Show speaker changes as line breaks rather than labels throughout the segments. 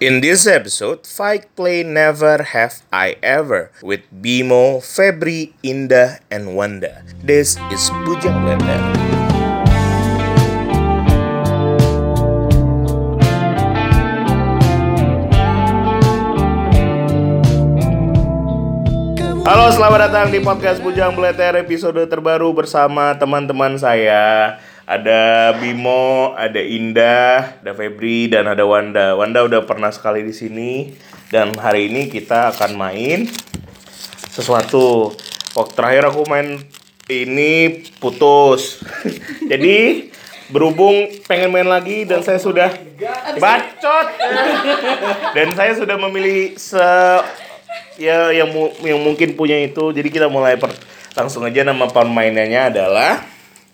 In this episode, Fight Play Never Have I Ever with Bimo, Febri, Indah, and Wanda. This is Bujang Blender. Halo, selamat datang di podcast Bujang Bleter episode terbaru bersama teman-teman saya. Ada Bimo, ada Indah, ada Febri, dan ada Wanda. Wanda udah pernah sekali di sini dan hari ini kita akan main sesuatu. Waktu terakhir aku main ini putus. Jadi berhubung pengen main lagi dan saya sudah bacot dan saya sudah memilih se ya yang mu- yang mungkin punya itu. Jadi kita mulai per- langsung aja nama permainannya adalah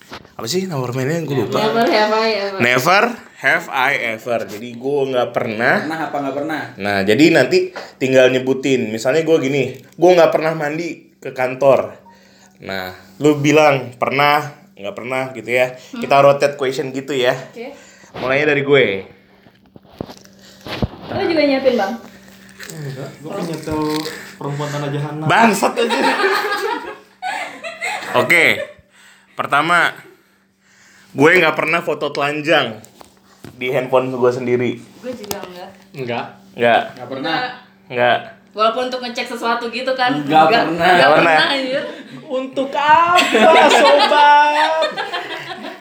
apa sih nama permainannya gue lupa.
Never have I ever.
Never have I ever. Jadi gue nggak pernah
pernah apa nggak pernah
Nah, jadi nanti tinggal nyebutin. Misalnya gue gini, gue nggak pernah mandi ke kantor. Nah, lu bilang pernah, nggak pernah gitu ya. Kita rotate question gitu ya.
Oke.
Mulainya dari gue.
Lo juga nyiapin bang?
Gue punya tuh perempuan tanah jahanam.
Bangsat aja. Oke. Pertama, gue nggak pernah foto telanjang di handphone gue sendiri.
Gue juga enggak.
Enggak.
Nggak,
nggak pernah
nggak.
Walaupun untuk ngecek sesuatu gitu kan?
Nggak pernah.
Enggak
Nggak
pernah.
pernah.
anjir.
Untuk apa, sobat?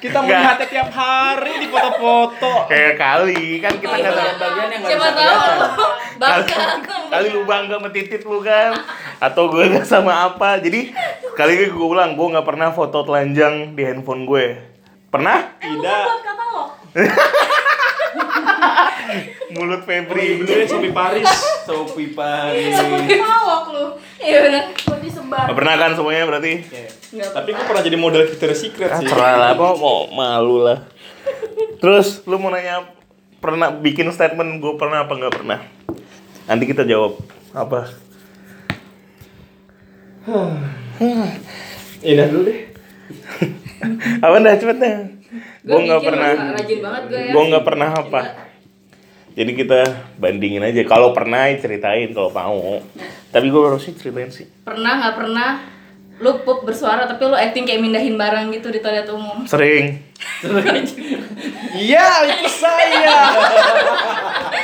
Kita
Enggak.
melihatnya tiap hari di foto-foto.
Kayak kali kan kita
iya,
nggak tahu.
bagian yang nggak
Siapa
bisa
tahu
kelihatan.
lo bangga.
kali lu bangga sama titit lu kan atau gue nggak sama apa jadi kali ini gue ulang gue nggak pernah foto telanjang di handphone gue pernah
Tidak.
Buat katalog.
mulut Febri
Bener Sopi Paris.
Sophie Paris
Sebut katalog lu. Iya benar. Gue disebar.
Nggak pernah kan semuanya berarti
Enggak
Tapi gue pernah jadi model Victoria's Secret
ah,
sih.
cerah lah apa kok malu lah terus lu mau nanya pernah bikin statement gue pernah apa nggak pernah nanti kita jawab apa
Indah dulu deh.
apa dah cepet dah gue nggak
mikir
pernah
masa Rajin banget gue ya.
gue nggak pernah apa jadi kita bandingin aja kalau pernah ceritain kalau mau tapi gue harusnya ceritain sih
Pernah nggak pernah? Lu pup bersuara tapi lu acting kayak mindahin barang gitu di toilet umum.
sering
Iya, itu saya.
Kayak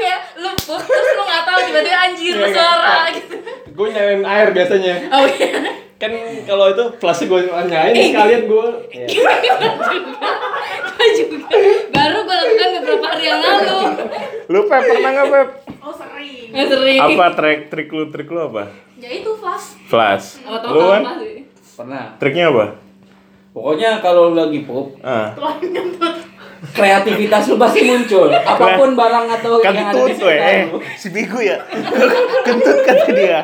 Ya, lu pup terus lu nggak tahu tiba-tiba
Iya,
anjir bersuara gitu.
gue nyalain air biasanya.
Oh iya.
Kan kalau itu plastik gue nyain sekalian gue.
Gue juga baru gue lakukan beberapa hari yang lalu
lu pep pernah nggak pep
nggak sering
apa track trik lu trik lu apa
ya itu flash
flash
apa
lu
tau
kan
apa sih
pernah
triknya apa
pokoknya kalau lu lagi pop
ah
kreativitas lu pasti muncul apapun barang atau
kan
yang ada di
kentut weh
sekitar
Eh,
lu
si bigu ya kentut kata dia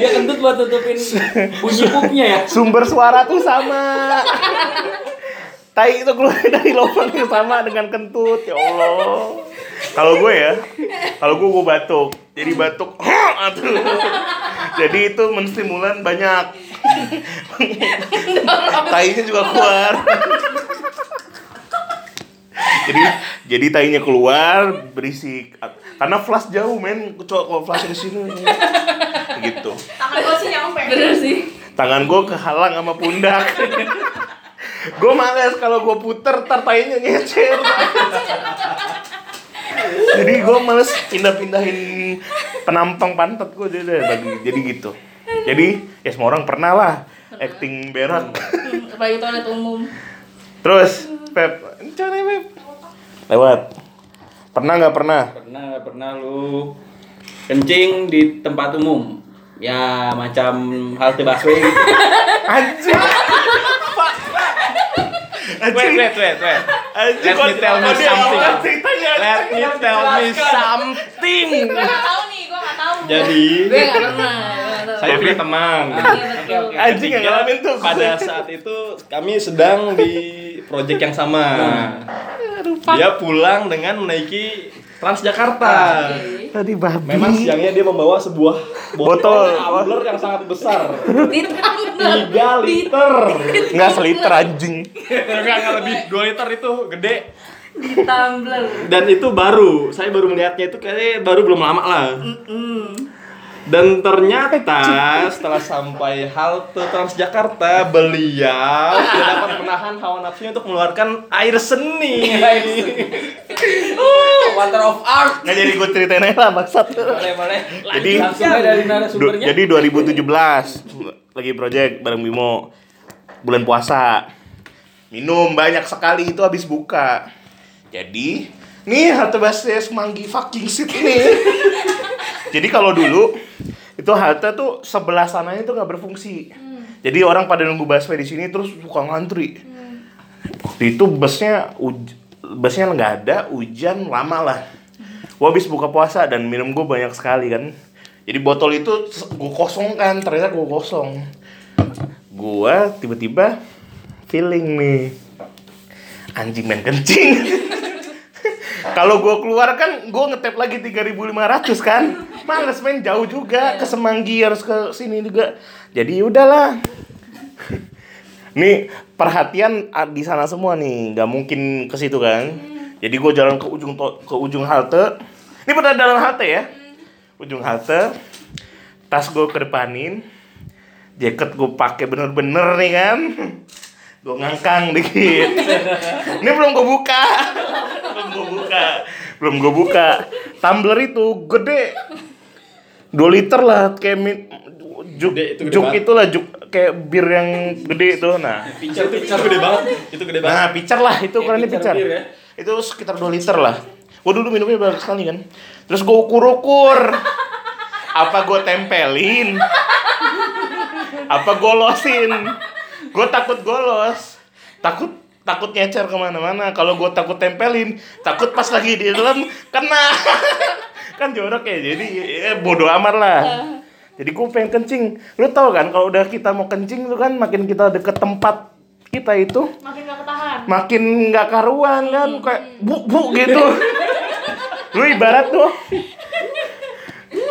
dia kentut buat tutupin bunyi pupnya ya
sumber suara tuh sama tai itu keluar dari lubang yang sama dengan kentut ya allah kalau gue ya kalau gue gue batuk jadi batuk aduh jadi itu menstimulan banyak tainya juga keluar jadi jadi tainya keluar berisik karena flash jauh men kecuali kalau flash di sini gitu
bener sih
tangan gue kehalang sama pundak gue males kalau gue puter ntar tainya ngecer jadi gue males pindah-pindahin penampang pantat gue jadi bagi jadi gitu jadi ya semua orang pernah lah acting berak
Hmm, apalagi toilet umum
terus pep Coba, Pep. lewat pernah nggak pernah
pernah pernah lu kencing di tempat umum ya macam halte busway gitu
anjing
Wait,
anjing
wait, wait, wait.
anjing
Let me tell you
kok dia
something.
awal ceritanya
Let me tell me something.
gue nggak tahu nih gue nggak tahu
Jadi,
gue nggak pernah gua nggak tahu.
saya punya teman.
Iya, betul.
oke, oke.
anjing yang ngalamin tuh
pada saat itu kami sedang di project yang sama.
Nah.
Dia pulang dengan menaiki Transjakarta.
Ah.
Oke.
tadi babi
Memang siangnya dia membawa sebuah
Botol.
tumbler yang sangat besar.
ditambah
3 liter.
nggak seliter anjing
Enggak enggak lebih 2 liter itu gede.
di Tumblr.
Dan itu baru, saya baru melihatnya itu kayaknya baru belum lama lah.
Mm-mm.
Dan ternyata setelah sampai halte Transjakarta, beliau tidak dapat menahan hawa nafsunya untuk mengeluarkan air seni.
Uh, Water of art.
Nggak jadi gue ceritain aja lah maksud.
Boleh, boleh.
Jadi-
langsung aja dari narasumbernya.
jadi 2017 lagi project bareng Bimo bulan puasa. Minum banyak sekali itu habis buka. Jadi nih halte busway Semanggi fucking shit nih. jadi kalau dulu itu halte tuh sebelah sananya tuh nggak berfungsi.
Hmm.
Jadi orang pada nunggu busway di sini terus suka ngantri. Waktu itu busnya uj- busnya nggak ada, hujan lama lah. Gue habis buka puasa dan minum gue banyak sekali kan. Jadi botol itu gue kosongkan, ternyata gue kosong. Gue tiba-tiba feeling nih. Anjing main kencing. Kalau gue keluar kan gue ngetep lagi 3.500 kan. Males main jauh juga ke Semanggi harus ke sini juga. Jadi udahlah. Nih perhatian ah, di sana semua nih, nggak mungkin ke situ kan. Jadi gue jalan ke ujung to- ke ujung halte. Ini benar dalam halte ya. Ujung halte. Tas gue kedepanin. Jaket gue pakai bener-bener nih kan. Gue ngangkang dikit. Ini belum gue buka. belum gue buka. Belum gue buka. Tumbler itu gede. 2 liter lah kayak min- juk,
Gede, itu gede
juk
banget.
itulah juk kayak bir yang gede itu nah
Pijar itu pijar gede banget. Itu gede banget.
nah picar lah itu
Ya,
ukurannya
picar
picar
bir ya.
itu sekitar 2 liter lah gua dulu minumnya banyak sekali kan terus gua ukur ukur apa gua tempelin apa golosin gua takut golos takut takut nyecer kemana-mana kalau gua takut tempelin takut pas lagi di dalam kena kan jorok ya jadi eh, bodoh amat lah jadi gue pengen kencing lu tau kan kalau udah kita mau kencing tuh kan makin kita deket tempat kita itu
makin gak ketahan
makin nggak karuan kan kayak bu bu gitu lu ibarat tuh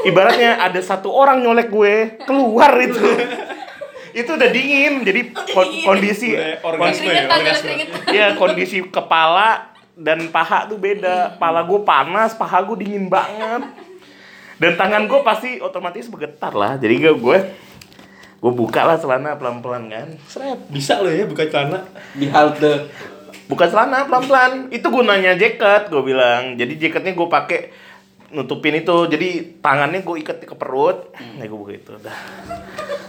ibaratnya ada satu orang nyolek gue keluar itu itu udah dingin jadi kon- kondisi
Udah
kon-
orgasme ya,
Keringetan, jalan
orgasme.
keringetan.
ya kondisi kepala dan paha tuh beda pala gue panas paha gue dingin banget dan tangan gue pasti otomatis bergetar lah jadi gue gue gue buka lah celana pelan pelan kan seret
Bisa lo ya buka celana.
Di halte.
bukan celana pelan-pelan itu gunanya jaket gue bilang jadi jaketnya gue pakai nutupin itu jadi tangannya gue ikat ke perut ya gue begitu dah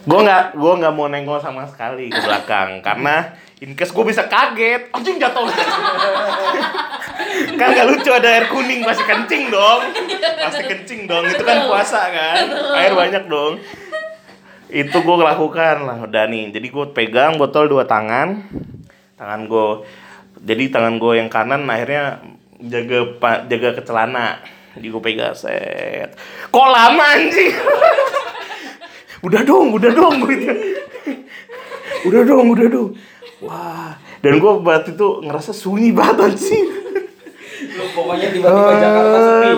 gue nggak gue nggak mau nengok sama sekali ke belakang karena in case gue bisa kaget anjing jatuh kan nggak lucu ada air kuning pasti kencing dong pasti kencing dong itu kan puasa kan air banyak dong itu gue lakukan lah udah nih jadi gue pegang botol dua tangan tangan gue jadi tangan gue yang kanan akhirnya jaga pa, jaga ke celana jadi gue pegang set kok lama anjing udah dong udah dong gitu udah dong udah dong wah dan gue waktu itu ngerasa sunyi banget anjing
Lu pokoknya
Eh.
tiba-tiba Jakarta sepi.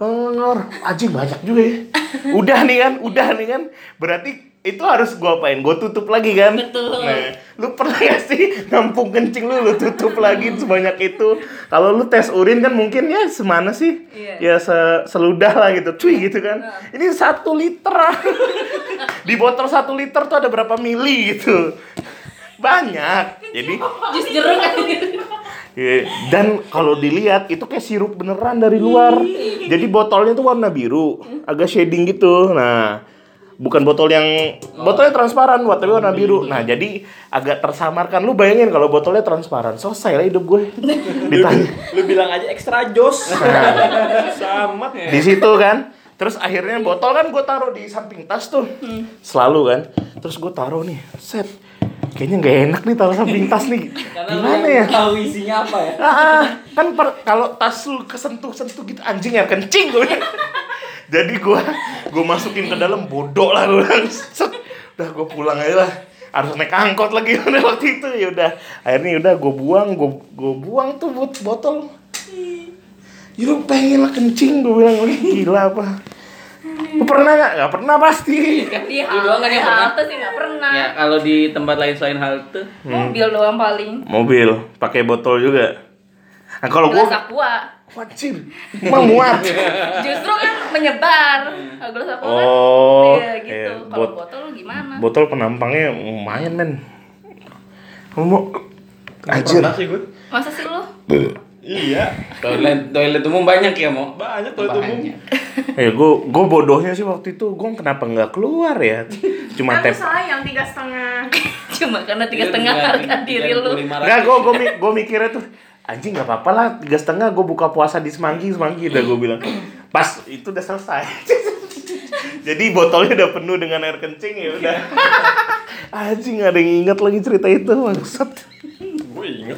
Honor, anjing banyak juga ya. Udah nih kan, udah nih kan. Berarti itu harus gua apain? Gua tutup lagi kan?
Betul.
Nah, lu pernah gak sih nampung kencing lu lu tutup lagi sebanyak itu? Kalau lu tes urin kan mungkin ya semana sih?
Iya.
Ya se- seludah lah gitu, cuy gitu kan. Ini satu liter. Di botol satu liter tuh ada berapa mili gitu? Banyak. Jadi
Jus jeruk kan
Iya, Dan kalau dilihat itu kayak sirup beneran dari luar. Jadi botolnya tuh warna biru, agak shading gitu. Nah, bukan botol yang botolnya transparan, wa- tapi warna biru. Nah, jadi agak tersamarkan. Lu bayangin kalau botolnya transparan, selesai lah hidup gue. Ditanya Nah,
Lu bilang aja extra jos. Sama ya.
di situ kan terus akhirnya botol kan gue taruh di samping tas tuh
Hmm.
selalu kan terus gue taruh nih set kayaknya nggak enak nih taruh samping tas nih
Karena lu
gimana ya
yang tahu isinya apa ya?
Ah, ah. kan per- kalau tas lu kesentuh-sentuh gitu anjing ya kencing gue. bilang. Jadi gua gua masukin ke dalam bodoh lah gue bilang. Set. Udah gua pulang aja lah. Harus naik angkot lagi waktu itu ya udah. Akhirnya udah gua buang, gua gua buang tuh bot botol. Ya lu pengen lah kencing gue bilang "Wih, gila apa. Lu pernah gak? Gak pernah pasti.
di
Lu doang
halte,
kan
di
yang
halte sih nggak pernah.
Ya, kalau
Hmm.
di tempat lain selain halte,
Mobil doang paling.
Mobil pakai botol juga. Nah, kalau
gelas
gua
aqua
wajib memuat.
justru kan menyebar kalau gelas aqua
Hmm. Oh,
kan iya gitu
iya,
kalau
bot-
botol lu gimana
Botol penampangnya lumayan men. Mau anjir.
Pernah sih gue.
masa sih lu
Iya,
Toilet toilet umum banyak ya, Mo?
banyak toilet umum.
Banyak.
Ya gue gue bodohnya sih waktu itu gue kenapa nggak keluar ya? Cuma
Aku
tap.
sayang tiga setengah.
cuma karena
Iya,
tiga setengah harga diri lu
Nggak gue gue gue mikirnya tuh anjing nggak apa-apa lah tiga setengah gue buka puasa di semanggi semanggi udah gue bilang pas itu udah selesai jadi botolnya udah penuh dengan air kencing ya udah anjing nggak ada yang ingat lagi cerita itu maksud
Gue inget.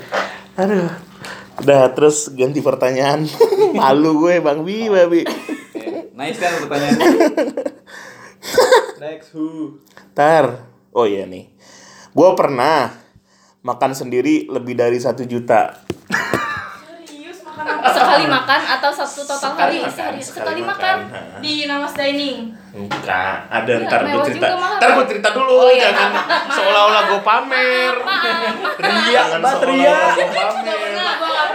aduh udah terus ganti pertanyaan malu gue bang bi babi
Nice kan pertanyaannya.
Next who?
Tar. Oh iya nih. Gua pernah makan sendiri lebih dari satu juta.
Serius makan apa?
sekali makan atau satu total
Sekali
hari
makan,
sehari
sekali
sekali
makan. Nah.
makan di Namas Dining
Enggak, ada
Iya,
ntar gue
mewah
cerita.
juga malah.
Ntar gue cerita dulu
Oh iya,
jangan
maaf, maaf,
seolah-olah gue pamer.
Iya,
Ria,
Jangan
Mbak Ria.
seolah-olah gue pamer.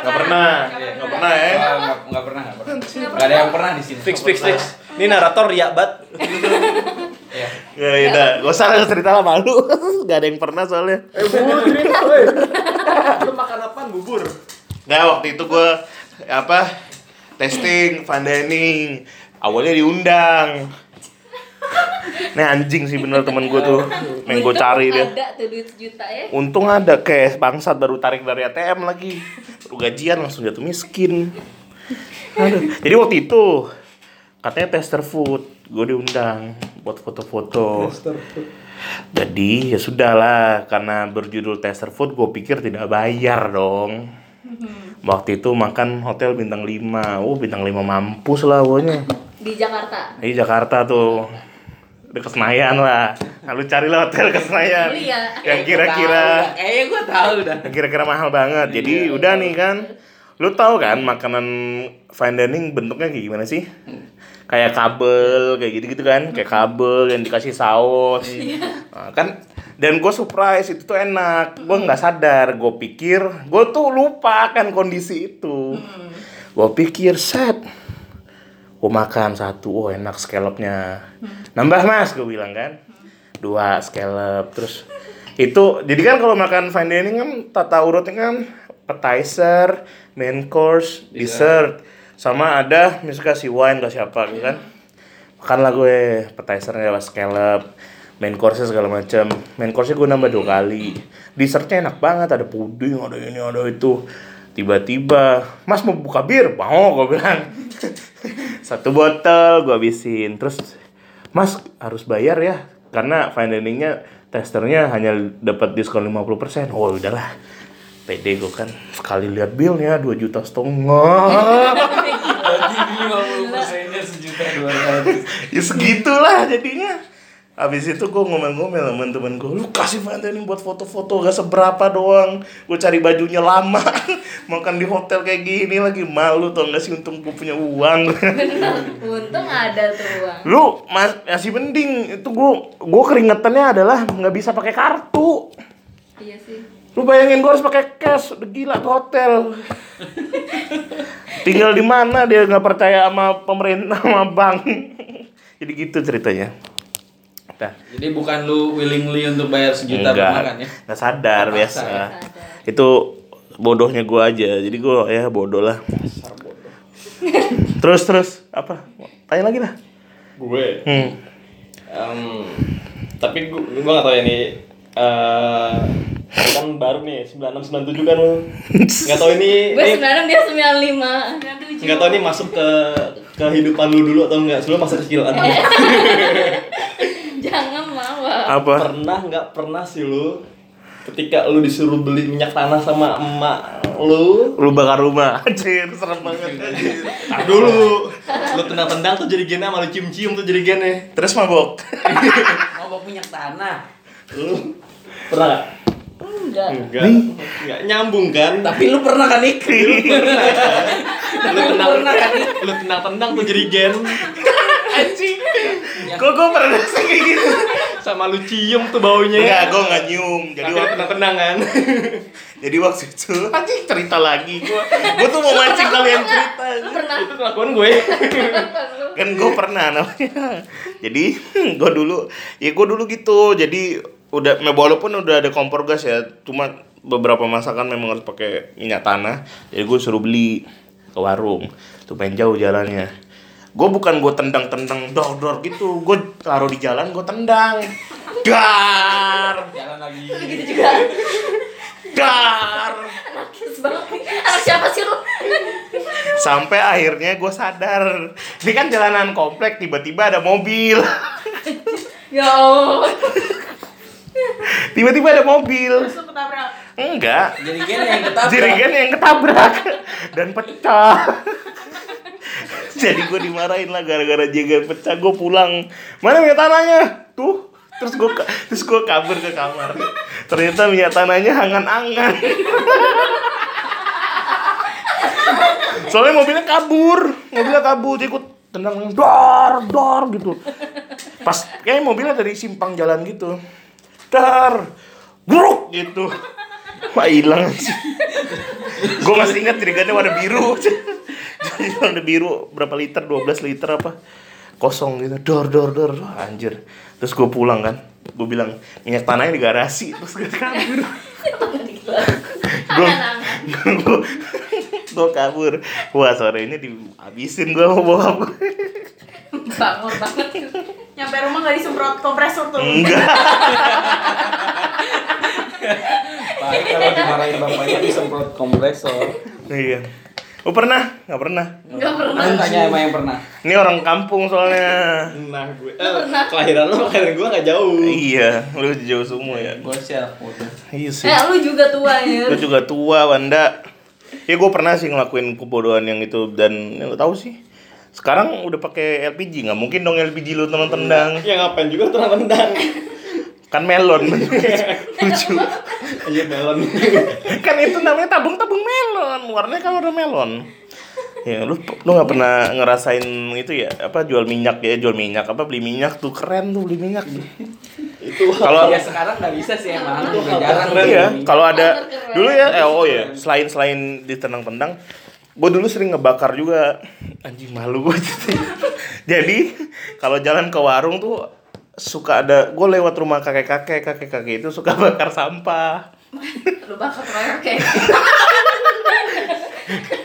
Gak pernah. Gak pernah ya.
Eh, Enggak enggak pernah, enggak pernah. Enggak ada yang pernah di sini.
Fix, fix, fix. Ini narator Ria bat.
Iya.
Ya udah, gak usah lah, cerita lah malu. Gak ada yang pernah soalnya.
Eh, bubur cerita, woi. Lu makan apaan bubur?
Nah waktu itu gue apa testing fun dining awalnya diundang. Nah anjing sih bener temen gue tuh, main gue
Untung
cari dia.
ada tuh duit sejuta ya
Untung ada kayak bangsat baru tarik dari ATM lagi. Baru gajian langsung jatuh miskin. Aduh. Jadi waktu itu katanya tester food, gue diundang buat foto-foto. Jadi ya sudahlah karena berjudul tester food gue pikir tidak bayar dong. Waktu itu makan hotel bintang 5. Oh, bintang 5 mampus lah pokoknya.
di Jakarta
Di Jakarta tuh dekat Senayan lah. Lalu carilah hotel ke Senayan.
Iya.
Yang kira-kira
Kayaknya gua tahu dah.
yang kira-kira mahal banget. Jadi udah nih kan. Lu tahu kan makanan fine dining bentuknya kayak gimana sih? Kayak kabel, kayak gitu-gitu kan, kayak kabel yang dikasih saus. Nah, kan dan gue surprise itu tuh enak. Gue nggak sadar, gue pikir gue tuh lupa kan kondisi itu. Gue pikir set. Gue makan satu, oh enak scallopnya. Nambah mas, gue bilang kan. Dua scallop, terus itu jadi kan kalau makan fine dining kan tata urutnya kan appetizer, main course, dessert, sama ada misalnya kasih wine kasih apa gitu kan. Makanlah gue appetizernya lewat scallop, main course segala macam. Main course gue nambah dua kali. Dessertnya enak banget, ada puding, ada ini, ada itu. Tiba-tiba, Mas mau buka bir? Mau, gue bilang. Satu botol gue habisin. Terus, Mas harus bayar ya, karena fine diningnya testernya hanya dapat diskon 50%. Oh, udahlah. Pede gue kan sekali lihat billnya 2 juta setengah.
Bagi 50%-nya sejuta dua ratus.
ya segitulah jadinya Abis itu gue ngomel-ngomel sama temen gue Lu kasih Valentine buat foto-foto gak seberapa doang Gue cari bajunya lama Makan di hotel kayak gini lagi Malu tau gak sih untung gue punya uang
bener untung ada tuh uang
Lu mas, masih mending Itu gue gua keringetannya adalah nggak bisa pakai kartu
iya sih
Lu bayangin gue harus pakai cash, udah gila ke hotel. Tinggal di mana dia nggak percaya sama pemerintah sama bank. Jadi gitu ceritanya. Nah,
Jadi bukan lu willingly untuk bayar sejuta buat makan ya?
nggak sadar
Nggak
biasa.
sadar.
Itu bodohnya gue aja. Jadi gue ya bodoh lah. terus terus apa? Tanya lagi lah.
Gue.
Hmm.
Em, tapi gua, gua gak tau ya nih eh, kan baru nih 9697 kan lu nggak tau ini,
gue
ini
sebenarnya dia 95
nggak tau ini masuk ke kehidupan lu dulu atau enggak sebelum masa kecilan lu.
jangan mawar
Apa?
pernah nggak pernah sih lu ketika lu disuruh beli minyak tanah sama emak lu
Lu bakar rumah. Anjir, serem banget. anjir.
tar dulu lu tendang-tendang tuh jadi gene malu cium-cium tuh jadi gene
Terus mabok.
Mau Oh, punya tanah.
lu pernah nggak?
enggak
Enggak, enggak nyambung kan?
Tapi lu pernah kan ikri?
lu tendang
kan,
lu tendang tendang tuh jadi gen
Anjing. Kok gue pernah sih kayak gitu?
sama lu cium tuh baunya
Enggak, gue nggak nyium. Jadi
jadi
waktu
tendang tendang kan
Jadi waktu itu anjing cerita lagi gua. Gua tuh mau mancing kalian cerita.
Lu pernah
Itu kelakuan gue.
lu
Kan gua pernah namanya. Jadi gua dulu ya gua dulu gitu. Jadi udah walaupun udah ada kompor gas ya, cuma beberapa masakan memang harus pakai minyak tanah. Jadi gua suruh beli ke warung. Tuh pengen jauh jalannya. Gue bukan gue tendang-tendang dor-dor gitu, gue taruh di jalan gue tendang, dar,
Jalan lagi.
gitu juga
dar,
Terus banget anak siapa sih lu
sampai akhirnya gue sadar ini kan jalanan komplek tiba-tiba ada mobil
ya allah
tiba-tiba ada mobil
Terus lu ketabrak.
enggak
Jadi gini yang ketabrak.
jerigen yang ketabrak dan pecah jadi gue dimarahin lah gara-gara jerigen pecah gue pulang mana minyak tanahnya tuh terus gue terus gue kabur ke kamar ternyata minyak tanahnya angan-angan soalnya mobilnya kabur mobilnya kabur jadi gue tendang dor dor gitu pas kayak mobilnya dari simpang jalan gitu dar buruk gitu wah hilang gue masih ingat jerigennya warna biru jadi warna biru berapa liter 12 liter apa kosong gitu dor dor dor Wah, anjir terus gue pulang kan gue bilang minyak tanahnya di garasi terus gue kabur gue gue kabur wah sore ini dihabisin gue mau bokap gue
bangor banget
Nyampe rumah gak disemprot kompresor tuh.
enggak
Baik kalau dimarahin bapaknya disemprot kompresor.
iya Oh pernah? Gak pernah.
nggak pernah
Lu Kan tanya emang yang pernah.
Ini orang kampung soalnya.
Nah, gue eh, kelahiran lo kelahiran gue gak jauh.
iya, lu jauh semua ya.
Gue siap foto.
Iya sih.
eh lu juga tua ya
Gue juga tua, Wanda. Ya gue pernah sih ngelakuin kebodohan yang itu dan ya, nggak tahu sih. Sekarang udah pakai LPG nggak mungkin dong LPG lu teman tendang.
Ya ngapain juga tuh orang tendang.
Kan melon. Lucu.
Iya melon.
kan itu namanya tabung-tabung melon. Warnanya kan warna melon. Ya lu lu nggak pernah ngerasain itu ya apa jual minyak ya jual minyak apa beli minyak tuh keren tuh beli minyak
Itu
kalau
Ya sekarang nggak bisa sih emang. Lu nggak jarang
Iya,
sih.
kalau ada
Keren.
dulu ya eh oh ya, selain selain ditendang-tendang, gue dulu sering ngebakar juga. Anjing malu gue jadi. jadi kalau jalan ke warung tuh suka ada gue lewat rumah kakek-kakek, kakek-kakek itu suka bakar sampah.
lu bakal proyek kayak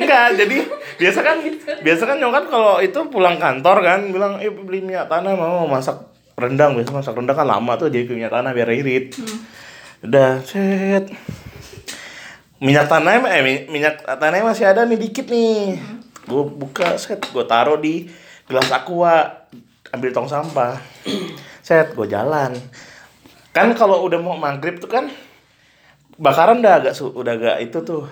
Enggak, jadi biasa kan biasa kan nyokap kalau itu pulang kantor kan bilang, "Eh beli minyak tanah mau masak rendang." Biasa masak rendang kan lama tuh jadi ke minyak tanah biar irit. Udah, set. Minyak tanah eh mi- minyak tanahnya masih ada nih dikit nih. Gue buka set, gue taruh di gelas aqua, ambil tong sampah. set, gue jalan. Kan kalau udah mau maghrib tuh kan bakaran udah agak su- udah agak itu tuh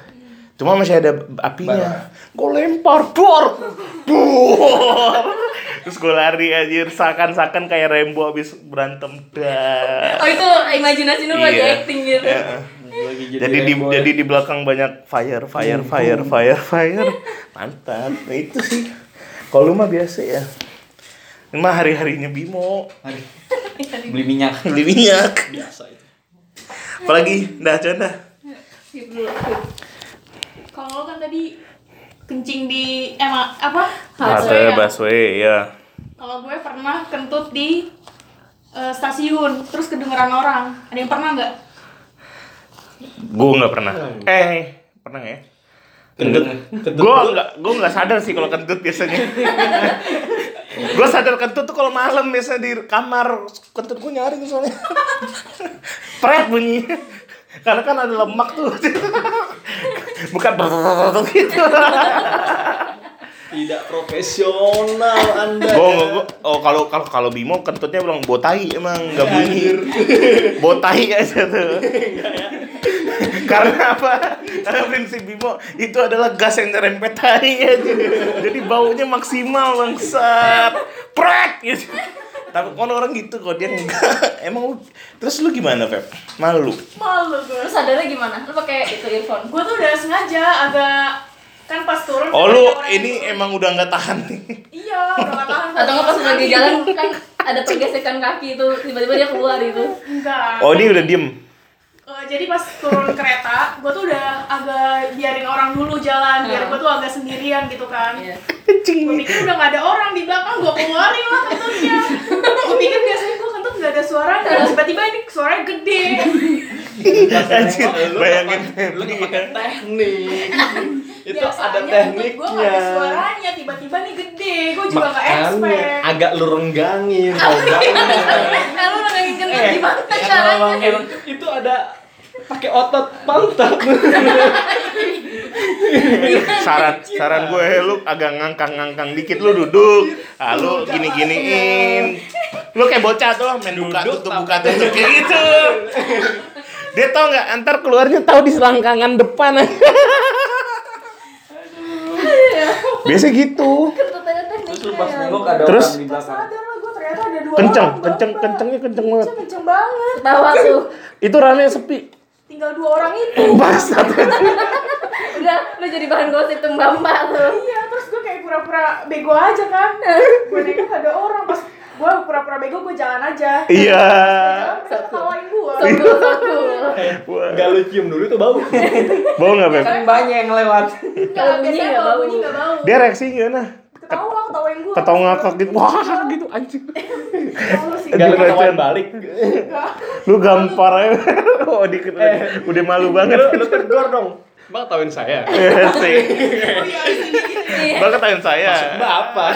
cuma masih ada apinya gue lempar bor bor terus gue lari anjir sakan sakan kayak rembo abis berantem dah
oh itu imajinasi lu lagi
Iya.
acting gitu
Ya.
Lagi
jadi di
rembol.
jadi di belakang banyak fire fire fire fire fire mantap nah, itu sih kalau lu mah biasa ya ini mah hari harinya bimo
Aduh. Beli minyak.
beli minyak
biasa itu.
apalagi dah canda
Skip dulu.
Kalau lu kan tadi kencing di emang apa?
Halte
ya?
busway ya
Kalau gue pernah kentut di eh, stasiun, terus kedengeran orang. Ada yang pernah nggak?
gue nggak pernah eh pernah nggak ya
Kentut. Kentut.
gue nggak gue nggak sadar sih kalau kentut biasanya gue sadar kentut tuh kalau malam biasanya di kamar kentut gue nyaring soalnya pret bunyi karena kan ada lemak tuh bukan brrrr gitu
tidak profesional Anda.
gue oh kalau kalau kalau Bimo kentutnya bilang botai emang nggak bunyi
Anjir.
botai aja tuh karena apa karena prinsip Bimo itu adalah gas yang nyerempet tai aja jadi baunya maksimal bangsat pret gitu tapi kalau orang gitu kok dia enggak emang lu- terus lu gimana Feb malu
Malu gue.
lu sadarnya gimana lu pakai itu earphone
Gue tuh udah sengaja agak kan pas turun.
oh
ada
lu
orang yang-
ini emang udah nggak tahan nih
Iya, udah nggak tahan.
atau nggak pas lagi jalan
gitu.
kan ada pergesekan kaki itu tiba-tiba dia keluar itu
Enggak.
oh ini udah diem
Eh, jadi pas turun kereta, gue tuh udah agak biarin orang dulu jalan, biar gue tuh agak sendirian gitu
Ah.
kan.
Iya.
Gue pikir udah gak ada orang di belakang, gue keluarin lah kentutnya. Gue pikir biasanya gue kentut gak ada suaranya, tiba-tiba ini suaranya gede.
Anjir, bayangin.
Lu nggak pakai teknik. Itu ada
Biasanya kentut gue gak ada
tekniknya.
suaranya, tiba-tiba nih gede, gue juga gak
Makanya
expect.
agak lu renggangin renggangin.
Kalau lo nggak kentut
Eh,
gimana caranya?
Emang itu ada pakai otot pantat.
saran saran gue lu agak ngangkang-ngangkang dikit lu duduk ah, lu gini-giniin lu kayak bocah tuh main buka tutup buka tutup kayak gitu dia tau nggak antar keluarnya tahu di selangkangan depan biasa gitu
Kentut aja teknik.
Terus lu pas nengok ada
Terus?
orang di belakang.
Sadar lah gue ternyata ada dua
kenceng
orang
kenceng
bapak.
kencengnya kenceng banget
Kenceng banget.
Tawa tuh.
itu rame sepi
Tinggal dua orang itu.
Bangsat.
Udah, lo jadi bahan gosip tuh mbak mbak tuh.
Iya, terus gue kayak pura-pura bego aja kan. Gue nengok ada orang pas gue pura-pura bego gue jalan aja.
iya
Jalan, mereka ketawain gue.
Sokul, sokul.
Wah.
Enggak lu cium dulu tuh bau.
bau nggak beb
Kan banyak yang lewat.
Kalau
Kalau bunyi
biasanya
nggak
kalau
bau.
bunyi nggak bau.
dia reaksi gimana
Ketawa ketawain gue.
ketawa ngakak gitu wah gitu anjing
Ketawa sih.
Enggak lu
Gitu,
ketawain
Chan.
balik.
lu gampar aja oh, dikit udah malu banget
Lu lu tegur dong. Bang tawain saya.
Iya sih.
Oh iya, sih, gitu.
Bang ketahuin saya.
Mbak apa?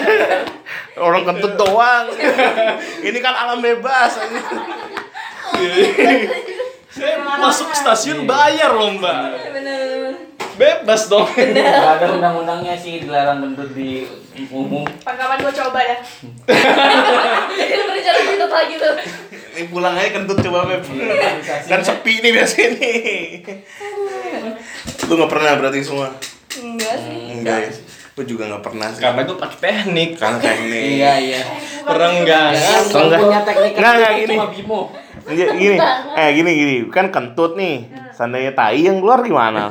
Orang kentut doang. Ini kan alam bebas.
Saya masuk stasiun bayar loh, Mbak.
Bener.
Bebas dong.
Nggak ada undang-undangnya sih dilarang kentut di umum.
Pangkalan gue coba ya.
Jadi lo berjalan kentut lagi tuh.
Ini pulang aja kentut coba beb. Kan sepi nih biasanya nih. Lu nggak pernah berarti semua.
Enggak sih.
Enggak. ya. Lu juga nggak pernah sih.
Karena itu pakai teknik.
Karena teknik.
Iya iya.
Perenggangan.
Yang
Enggak.
Iya, punya teknik
Enggak, enggak,
kentut
gini.
cuma Bimo.
Iya, gini, eh gini gini, kan kentut nih. Seandainya tai yang keluar gimana?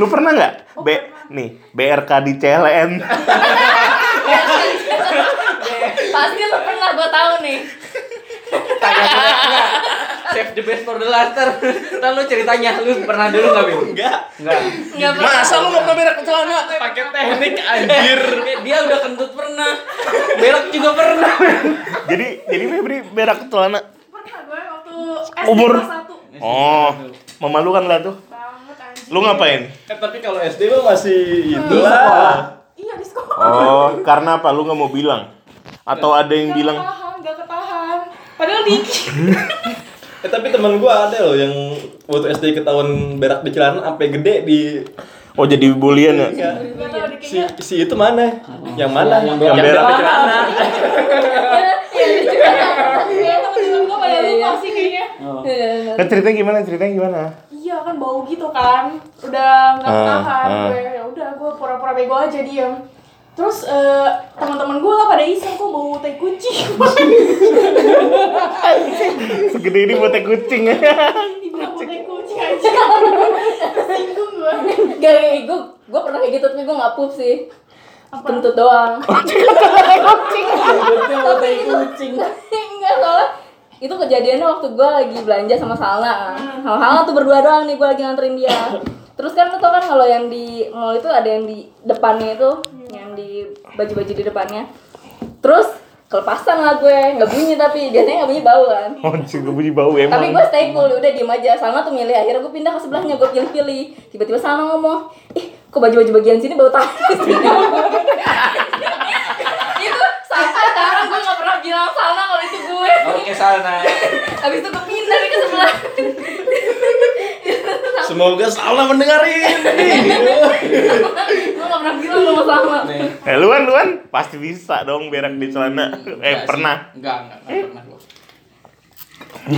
Lu pernah nggak? B nih BRK di CLN.
Pasti lo pernah gue tahu nih.
Tanya tanya. Save the best for the last. Ntar ntar lu ceritanya lu pernah dulu nggak Bimo?
Enggak.
Enggak.
Enggak pernah.
Masa lu nggak pernah berak ke celana?
Pakai teknik anjir.
Dia udah kentut pernah. Belok juga pernah.
Jadi jadi Febri berak ke celana.
Pernah gue waktu SD
Umur?
kelas satu.
Oh, memalukan lah tuh.
Banget anjing.
Lu ngapain?
Eh, tapi kalau SD mah masih itu
sekolah.
lah.
Iya di sekolah.
Oh, karena apa? Lu nggak mau bilang? Atau ada yang
Nggak
bilang
ketahan, nggak ketahan. Padahal dikit.
Eh tapi teman gua ada loh yang waktu SD ketahuan berak di celana sampai gede di
Oh jadi bulian ya?
Iya.
Gak tau dikit.
si si itu mana? Yang mana? Yang
berak.
berak di celana.
Mana?
Iya, lucu banget.
Kayaknya temen-temen gue pada lupa sih kayaknya.
Iya, bener.
Kan ceritanya gimana? Ceritanya gimana?
Iya kan bau gitu kan, udah nggak
Ah,
tahan
ah.
gue. Ya udah gue pura-pura bego aja diem. Terus eh, teman-teman gue lah pada iseng kok bau tai kucing.
Segede ini buat teh kucing ya?
Dibilang bau tai kucing aja. Tersinggung gue.
Gak, gue gue pernah kayak gitu tapi gue nggak pup sih. Kentut doang.
Kentutnya mau tai kucing.
Enggak soalnya itu kejadiannya waktu gue lagi belanja sama Salna kan. Sama Salna tuh berdua doang nih gue lagi nganterin dia. Terus kan lo tau kan kalau yang di mall itu ada yang di depannya itu, yang di baju-baju di depannya. Terus kelepasan lah gue, nggak bunyi tapi biasanya nggak bunyi bau kan.
Oh, gue bunyi bau
Tapi
emang.
gue stay cool, udah diem aja. Salma tuh milih, akhirnya gue pindah ke sebelahnya, gue pilih-pilih. Tiba-tiba Salma ngomong, ih kok baju-baju bagian sini bau tai sih?" itu sampai sekarang gue gak kan, pernah bilang Salma kalau itu gue.
Oke Salna.
Abis itu gue pindah nih ke sebelah.
Semoga salah mendengarin.
gue gak pernah bilang sama Salma.
Nih.
Eh, luan, luan, pasti bisa dong berak di celana. Eh,
Enggak
pernah.
sih. Enggak, enggak, enggak pernah gua.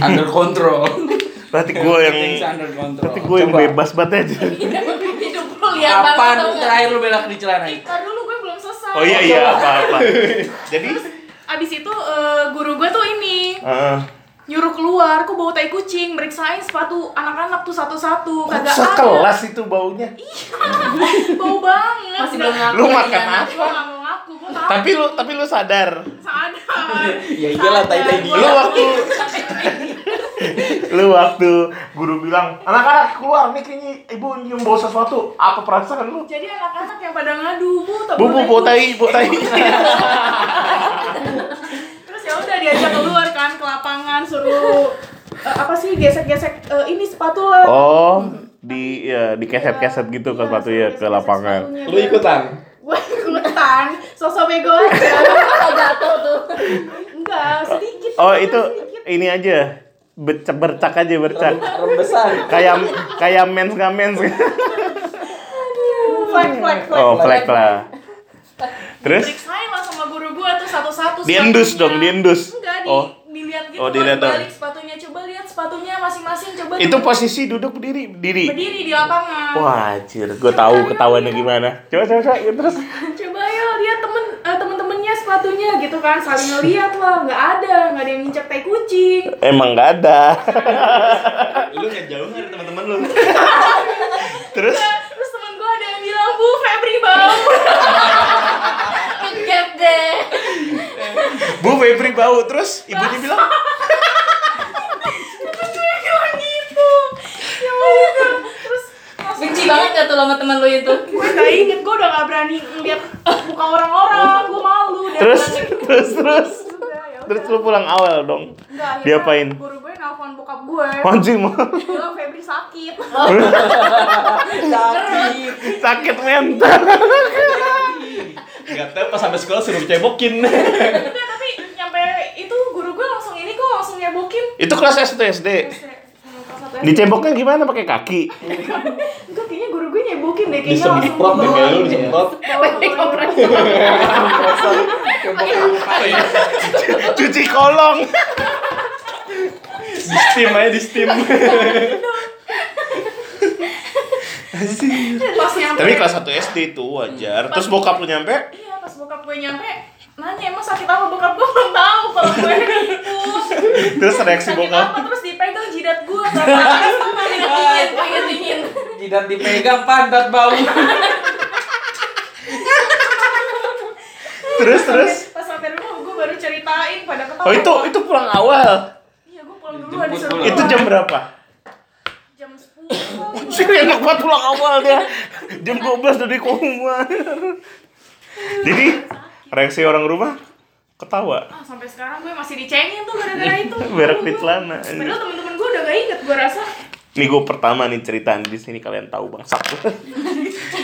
Under control.
Berarti gue yang
Things under control.
berarti gue yang
Coba.
bebas banget ya, aja.
Hidup lu liat
Kapan
banget Iya, tau gak?
terakhir lu belak di celana?
Ntar Kan dulu gue belum selesai.
Oh iya iya apa-apa. Jadi
Abis itu eh, guru gue tuh ini
eh,
nyuruh keluar, kok bau tai kucing, meriksain sepatu anak-anak tuh satu-satu, kagak ada.
sekelas itu baunya.
Bau banget.
Masih belum ngaku.
Lu makan
Iya.
apa?
Gue nggak mau ngaku, gue takut.
Tapi lu tapi lu sadar.
Sadar. Iya.
Ya iyalah tai tai
Lu waktu lu waktu guru bilang anak-anak keluar nih kayaknya ibu nyium bau sesuatu apa perasaan lu
Jadi anak-anak yang pada ngadu bu, tak
bu bu
boleh,
bau tai bau tai
Terus ya udah diajak keluar kan ke lapangan suruh eh, apa sih gesek-gesek eh, ini sepatu lah.
oh di ya, di keset-keset gitu ke sepatu ya ke lapangan
Lu ikutan?
Gue ikutan, sosok bego aja.
Kalau jatuh tuh.
Enggak, sedikit.
oh
sedikit,
itu
sedikit.
ini aja bercak bercak aja bercak
Rembesan.
kayak kayak mens nggak mens
Flag, flag, flag.
oh flag lah terus
Diperiksain lah sama guru gue tuh satu-satu
Diendus
sepatunya.
dong, diendus.
Enggak, di,
Oh.
dilihat gitu
Oh,
oh,
dilihat dong.
balik sepatunya Coba lihat sepatunya masing-masing Coba
itu
lihat.
posisi duduk berdiri berdiri
Berdiri di lapangan
wah anjir gue tahu ketahuannya gimana coba coba coba ya, terus
Coba ya lihat temen eh, temen-temennya sepatunya gitu kan Saling ngeliat lah, nggak ada Nggak ada yang nginjek tai kucing
emang nggak ada
Lu ngejauh dari teman-teman lu.
terus
Terus temen gue ada yang bilang, Bu Febri bau
Kegep deh.
Bu Febri bau terus ibunya bilang
Terus gue bilang gitu Ya udah Terus langsung
Benci banget gak tuh sama teman lu itu?
gue gak inget, gue udah gak berani ngeliat muka orang-orang, gue malu dan
terus
nangis
terus terus
juga, ya udah.
terus lu pulang awal dong
Enggak, akhirnya
diapain
Guru gue nelfon bokap gue.
anjing mau
Bilang Febri sakit.
Sakit.
sakit mental
Enggak tahu pas sampai sekolah suruh cebokin.
Iya,
Enggak, tapi nyampe itu guru gue langsung ini kok langsung nyebokin.
itu kelas SD SD
Terus kayak, hmm, kelas satu SD.
diceboknya gimana pakai kaki
Enggak, kayaknya guru gue nyebokin deh kayaknya langsung
Disemprot deh kayak lu disemprot.
Iya,
cuci kolong
Di steam aja di steam.
Pas nyampe.
tapi kelas 1 SD itu wajar terus bokap lu nyampe
Iya, pas bokap gue nyampe nanya emang sakit apa bokap gue belum tahu kalau gue push.
terus reaksi
sakit
bokap
apa terus dipegang jidat gue karena Iya,
Dingin, pengen dingin.
Jidat dipegang pantat bau.
terus terus
pas sampai rumah gue baru ceritain pada ketawa
oh itu itu pulang awal
iya gue pulang dulu ada
Jemput pulang.
itu jam berapa
jam 10
sih enak banget pulang awal dia jam 12 udah di koma jadi reaksi orang rumah ketawa
ah sampai sekarang gue masih dicengin tuh gara-gara itu
Berak di celana.
padahal temen-temen gue udah gak inget gue rasa
Ini gue pertama nih cerita di sini kalian tahu bangsat.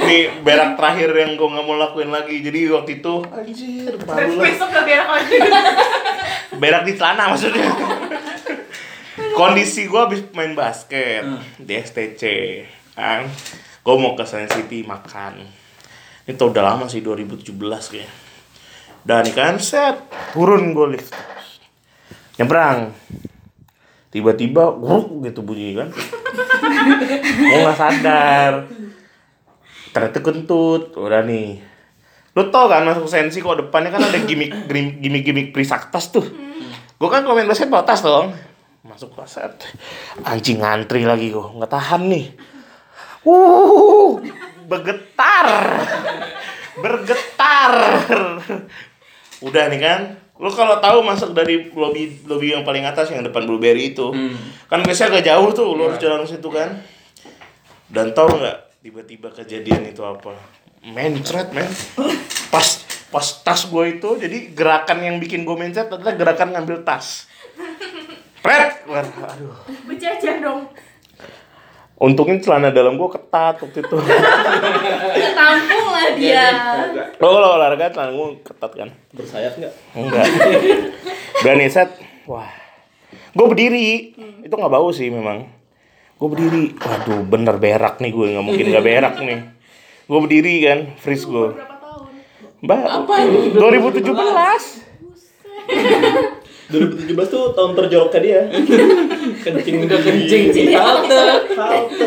Ini berak terakhir yang gue nggak mau lakuin lagi. Jadi waktu itu anjir malu lah.
besok gak berak lagi
Berak di celana maksudnya. Kondisi gue habis main basket di STC. Kan? Gue mau ke Science City makan. Ini tau udah lama sih 2017 kayaknya. Dan kan set turun gue lift. Nyebrang. Tiba-tiba wuk gitu bunyi kan. gue nggak sadar ternyata kentut udah nih lu tau kan masuk sensi kok depannya kan ada gimmick grim- gimmick-gimmick prisaktas tuh gue kan komen basket bawa tas dong masuk kloset anjing ngantri lagi gue nggak tahan nih uh bergetar bergetar udah nih kan lu kalau tahu masuk dari lobby lobby yang paling atas yang depan blueberry itu kan biasanya agak jauh tuh lu harus jalan ke situ kan dan tahu nggak tiba-tiba kejadian itu apa? Mencret men. Pas pas tas gue itu jadi gerakan yang bikin gue mencret adalah gerakan ngambil tas. Pret! Wah, Aduh.
berjajar dong
Untungnya celana dalam gue ketat waktu itu. Eh.
Ketampung lah dia.
Lo kalau olahraga celana gue ketat kan?
Bersayap enggak?
Enggak. Dan nih, set, wah. Gue berdiri. Itu nggak bau sih memang. Gue berdiri. Waduh, bener berak nih gue nggak mungkin nggak berak nih. Gue berdiri kan, freeze gue.
berapa tahun
Mbak, 2017.
2017 tuh tahun terjoroknya dia. Kencing
Udah kencing di halte. Iya.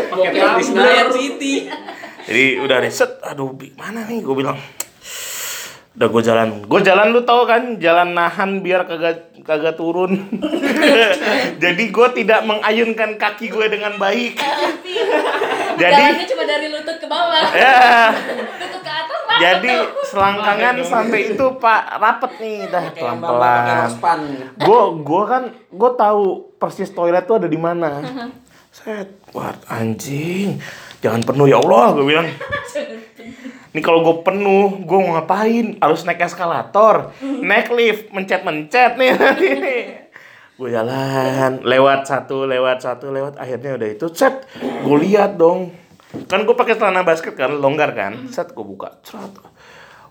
Pakai di Senayan City.
Jadi udah reset, aduh Bi, mana nih gue bilang. Udah gue jalan, gue jalan lu tau kan, jalan nahan biar kagak kagak turun. Jadi gue tidak mengayunkan kaki gue dengan baik.
Jalannya
Jadi
cuma dari lutut ke bawah.
ya,
Lutut ke atas lah.
jadi selangkangan sampai itu Pak rapet nih dah
Kayak mbak pakai
pelan-pelan.
rospan.
gue gue kan gue tahu persis toilet tuh ada di mana. Set, wah anjing, jangan penuh ya Allah, gue bilang. Ini kalau gue penuh, gue mau ngapain? Harus naik eskalator, naik lift, mencet-mencet nih. gue jalan, lewat satu, lewat satu, lewat akhirnya udah itu set. Gue lihat dong, kan gue pakai celana basket kan, longgar kan. Set, gue buka, Cet.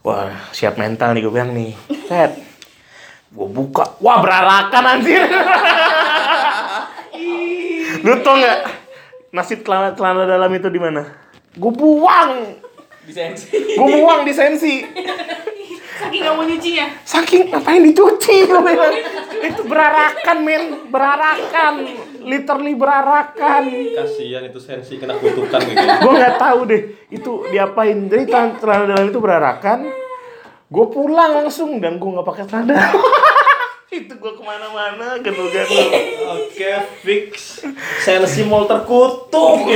Wah, siap mental nih gue bilang nih. Set, gue buka, wah berarakan anjir. Lu tau nggak nasib celana celana dalam itu di mana? Gue buang,
Disensi.
gue buang di sensi.
Saking gak mau nyuci ya?
Saking ngapain dicuci? Gua bilang. itu berarakan men, berarakan, literally berarakan.
Kasihan itu sensi kena kutukan gitu.
Gue nggak tahu deh itu diapain. Jadi celana celana dalam itu berarakan. Gue pulang langsung dan gue nggak pakai celana. dalam. itu gue kemana-mana gendul-gendul.
Oke, fix. Sensi mau terkutuk.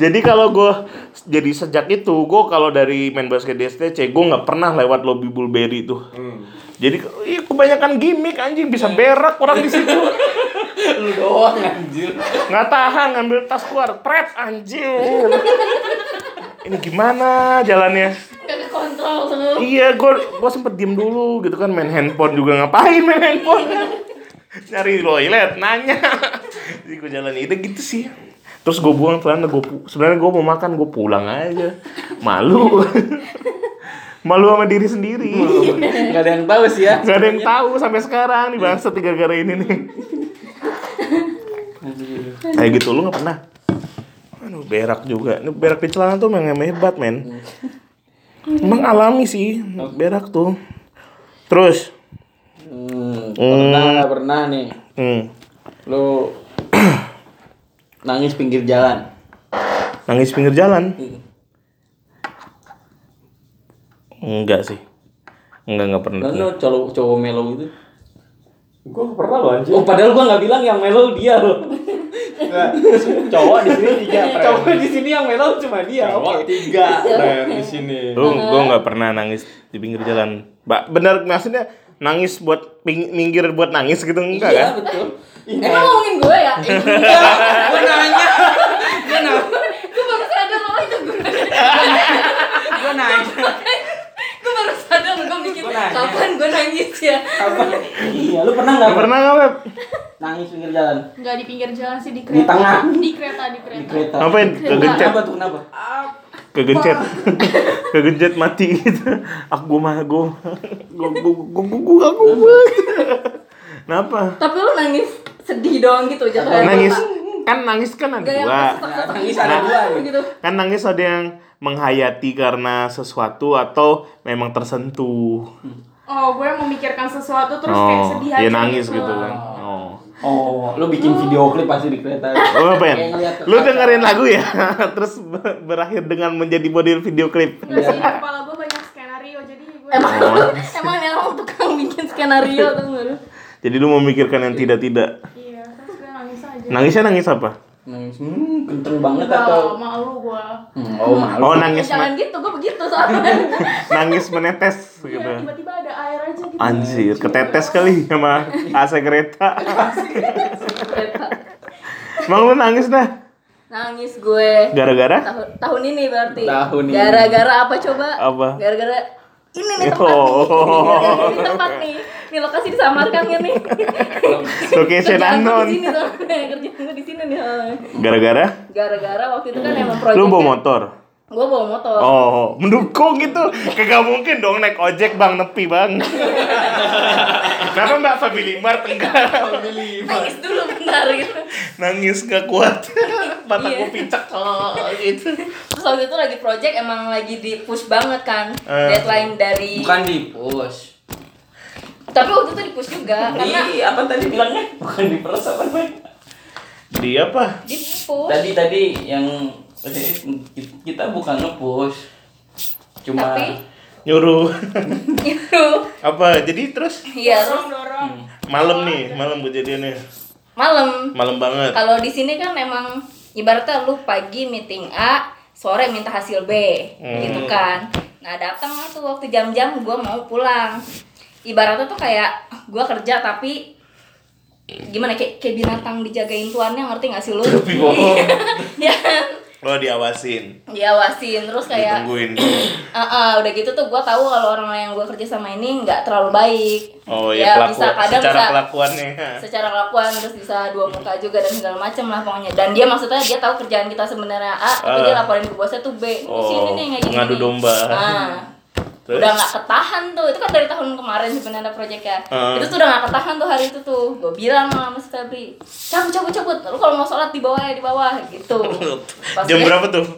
Jadi kalau gue jadi sejak itu gue kalau dari main basket di STC gue nggak pernah lewat lobby Bulberry tuh.
Hmm.
Jadi ih, kebanyakan gimmick anjing bisa berak orang di situ
Lu doang anjir.
nggak tahan ngambil tas keluar pret anjing. Ini gimana jalannya?
Gak kontrol tuh.
Iya, gue gue sempet diem dulu gitu kan main handphone juga ngapain main handphone? Nyari toilet, nanya. Jadi gue jalan itu gitu sih. Terus gue buang celana, gue sebenarnya gue mau makan, gue pulang aja. Malu. Malu sama diri sendiri.
Enggak ada yang tahu sih ya.
Gak ada yang tahu sampai sekarang nih
Iya.
bangsa tiga gara ini nih. Kayak gitu lu nggak pernah. Aduh berak juga. Ini berak di celana tuh memang hebat men. Emang alami sih berak tuh. Terus,
Hmm, pernah pernah nih.
hmm,
Lu nangis pinggir jalan.
nangis pinggir jalan? Enggak sih. Enggak enggak pernah.
Lalu lu cowok cowok melo gitu.
Gue pernah loh anjir.
Oh, padahal gua nggak bilang yang melo dia loh.
Nah, cowok di sini tiga tren.
Cowok di sini yang melo cuma dia.
Cowok
Oke.
tiga
Iya.
tren di sini.
Lu gua nggak pernah nangis di pinggir jalan. Mbak, benar maksudnya nangis buat ping, minggir buat nangis gitu enggak kan?
Iya, betul.
Emang ngomongin gue ya?
Gua nanya. Gua nanya.
gue kan- baru sadar loh itu gue.
Gua nanya.
gue baru sadar gue mikir
Gua nanya.
kapan gue nangis ya.
Apa? Iya, lu pernah nggak
Nggak pernah nggak Beb?
nangis pinggir jalan?
Enggak di pinggir jalan sih,
Di
di kereta
tengah.
Di kereta, di
Di
kereta
kereta.
Ngapain? Kegencet,
Kenapa tuh kenapa?
kegencet, kegencet mati gitu. Aku mah gue, gue gue gue gue aku Kenapa?
Tapi lu nangis sedih doang gitu jatuhnya.
Nangis kan nangis kan ada
Gak yang
dua.
Nangis ada dua ya? nih.
gitu.
Kan nangis ada yang menghayati karena sesuatu atau memang tersentuh.
Oh, gue memikirkan sesuatu terus kayak
Oh,
sedih
ya
aja
nangis gitu kan. Oh.
Oh, lu bikin video klip pasti di kereta.
Lu ngapain?
Kayak ngeliat ke
Lu
kaca.
dengerin lagu ya? Terus ber- berakhir dengan menjadi model video klip. Oh.
Nggak sih, di kepala gue banyak skenario Jadi gue
Emang emang emang tukang bikin skenario tuh baru.
Jadi lu memikirkan yang tidak-tidak.
Iya, terus gue nangis aja
Nangisnya nangis apa?
Nangis, hmm, kenceng banget
Gak,
atau
malu gue
Hmm, oh malu.
Oh nangis
Jangan gitu, gue begitu soalnya.
nangis menetes
Iya,
gitu.
tiba-tiba ada air aja gitu
Anjir, ketetes kali sama AC kereta. Emang lu nangis dah?
Nangis gue.
Gara-gara?
Tahun tahun ini berarti.
Tahun ini.
Gara-gara apa coba?
Apa?
Gara-gara ini nih tempat
Oh.
nih. Gara-gara Ini tempat nih. Ini lokasi disamarkan ya nih.
Location
Kerjaan gue di
unknown.
sini tuh. Kerjaan gue di sini nih.
Gara-gara?
Gara-gara waktu itu kan emang proyek.
Hmm. Lu bawa motor?
Gue bawa motor.
Oh, mendukung itu. Kagak mungkin dong naik ojek bang nepi bang. Kenapa mbak Family Mart enggak?
Nangis dulu bentar gitu.
Nangis gak kuat. Mata
Iya.
gua pincak oh, gitu.
Terus waktu itu lagi project emang lagi di push banget kan.
Eh.
Deadline dari
Bukan di push.
Tapi waktu itu di push juga karena
Di apa tadi bilangnya? Bukan di press apa namanya?
Di apa?
di push.
Tadi tadi yang eh, kita bukan nge-push. Cuma
Tapi
Nyuruh.
itu
apa? Jadi terus
Gitu. Iya, terus
Dorong-dorong
malam nih, malam kejadiannya.
malam
Malam banget.
Kalau di sini kan emang ibaratnya lu pagi meeting A, sore minta hasil B,
Hmm.
gitu kan. Nah datang lah tuh waktu jam-jam gue mau pulang. Ibaratnya tuh kayak gue kerja "Ah, tapi gimana kayak kayak binatang dijagain tuannya ngerti gak sih lu?
Tapi bohong.
Iya.
Lo diawasin,
Diawasin terus kayak
ditungguin.
Ah, ah, udah gitu tuh gue tahu kalau orang yang gue kerja sama ini nggak terlalu baik. Ya,
Oh iya, pelaku,
bisa kadang
secara
bisa
pelakuannya.
secara kelakuan terus bisa dua muka juga dan segala macam lah pokoknya. Dan dia maksudnya dia tahu kerjaan kita sebenarnya A, tapi
Ah.
dia laporin ke bosnya tuh B. Ini
Oh,
sini nih kayak gini.
ngadu
nih.
domba.
Ah.
Terus?
Udah nggak ketahan tuh, itu kan dari tahun kemarin sebenarnya proyeknya
Ah.
Itu tuh udah nggak ketahan tuh hari itu tuh Gue bilang lah sama si Febri Cabut, cabut, cabut, lu kalau mau sholat di bawah ya di bawah gitu Pas
Jam
dia-
berapa tuh?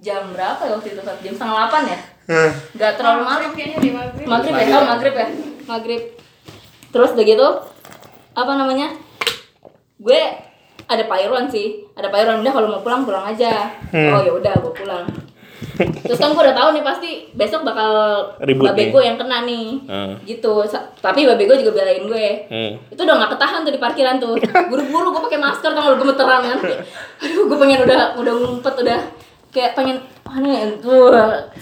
Jam berapa ya waktu itu? Feb? Jam setengah delapan ya?
Hah.
Gak terlalu malam
Maghrib kayaknya di maghrib.
maghrib ya oh, maghrib ya maghrib terus udah gitu apa namanya gue ada Pak Irwan sih ada Pak Irwan udah kalau mau pulang pulang aja
Hmm.
oh ya udah gue pulang terus kan gue udah tahu nih pasti besok bakal
Ribut
babe
nih.
gue yang kena nih
Hmm.
gitu Sa- tapi babe gue juga belain gue
Hmm.
itu udah gak ketahan tuh di parkiran tuh buru-buru gue pakai masker tau gak lu gemeteran kan aduh gue pengen udah udah ngumpet udah kayak pengen wah nih itu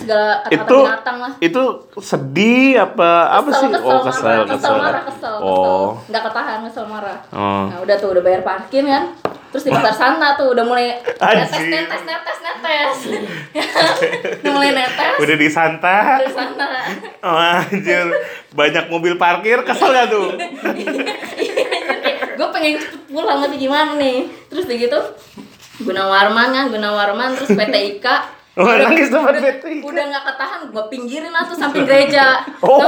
segala kata-kata
Itu
binatang lah
itu sedih apa apa sih?
Kesel,
oh
kesel,
kesel,
marah, kesel, marah, kesel,
Oh.
kesel. Nggak ketahan, kesel marah.
Oh.
Nah, udah tuh udah bayar parkir kan. Terus di pasar sana tuh udah mulai netes,
Anjing.
netes, netes, netes. udah mulai netes.
Udah disantai.
Dari sana.
Oh, anjir, banyak mobil parkir kesel ya tuh.
Gue Eh, pengen cepet pulang tapi gimana nih? Terus udah gitu Gunawarman kan, Gunawarman terus PT Ika.
Wah,
Udah-
Oh, nangis tempat
udah-
PT Ika.
Udah gak ketahan, gue pinggirin lah tuh samping gereja
Oh.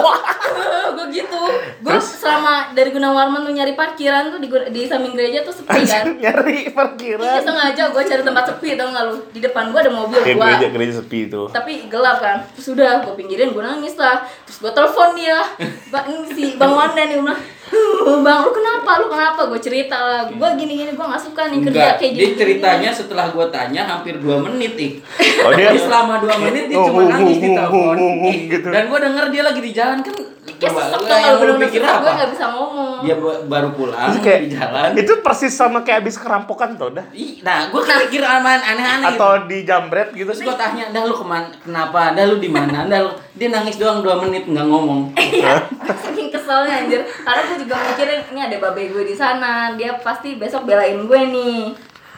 Gue gitu Gue selama dari Gunawarman tuh nyari parkiran tuh di, gu- di samping gereja tuh sepi kan
Anjir, Oh, nyari
Iya
parkiran.
sengaja gue cari tempat sepi tau gak lu Di depan gue ada mobil
Iya,
Kayak
gua
gereja gereja sepi itu.
Tapi gelap kan Terus udah gue pinggirin gue nangis lah Terus gue telepon dia Bang, Si Bang Wanda nih gua bilang "Huh, Bang lu kenapa lu kenapa gue cerita lah Gue gini-gini gue gak suka nih kerja
Iya. Enggak,
kayak
dia
gini
ceritanya setelah gua tanya hampir 2 menit, Ik.
Oh, dia-
Jadi selama 2 menit dia
Oh,
cuma
oh,
nangis
oh,
di
oh,
telepon.
oh, oh, gitu.
Dan gua denger dia lagi di jalan kan.
Kayak
coba,
sesek
lu
tau
yang
kalau
lu
belum
pikir
gue
apa? Iya.
gak bisa ngomong
Dia ba- baru pulang
Terus
di jalan.
itu persis sama kayak abis kerampokan tuh dah.
Ih, Nah, gua kepikir aman aneh-aneh gitu.
Atau di jambret gitu
Terus
sih.
gua tanya, "Dah lu keman kenapa? Dah lu di mana? Dah lu dia nangis doang 2 menit nggak ngomong."
Saking keselnya anjir. Karena gue juga mikirin ini ada babe gue di sana, dia pasti besok belain gue nih.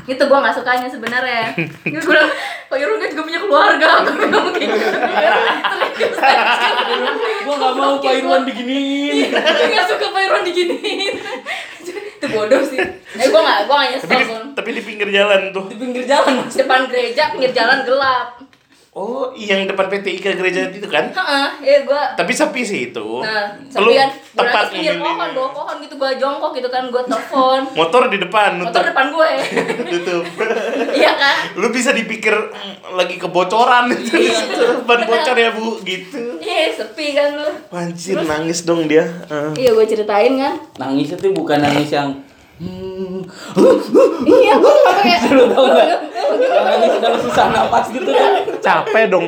Itu gue gak sukanya sebenarnya. Gue bilang, Pak Irung kan juga punya keluarga. Gue bilang kayak gitu. Serius, serius.
gua nggak mau Pak Irwan diginiin.
Gue gak suka Pak Irung diginiin. Itu bodoh sih. Eh gue gak, gue gak
Tapi
nyesel
di,
pun.
tapi di pinggir jalan tuh.
Di pinggir jalan. Mas.
Depan gereja, pinggir jalan gelap.
Oh, yang depan PT Ika gereja itu kan?
Heeh, ya gue
Tapi sepi sih itu.
Nah,
Oh. Lu
tapi kan gue
tepat
nangis pinggir
memilih.
pohon, bawa pohon gitu, gue jongkok gitu kan, gue telepon
Motor di depan,
Motor
nutup.
depan gue,
Tutup.
iya kan?
Lu bisa dipikir mm, lagi kebocoran itu. Ban bocor ya, Bu, gitu.
Iya, sepi kan lu.
Anjir, nangis dong dia. Eh.
Iya, gue ceritain kan.
Nangis itu bukan nangis yang "Hmm,
Iya, gue kayak
lu tau nggak? gitu, Nangis udah lu susah napas gitu kan.
Capek dong.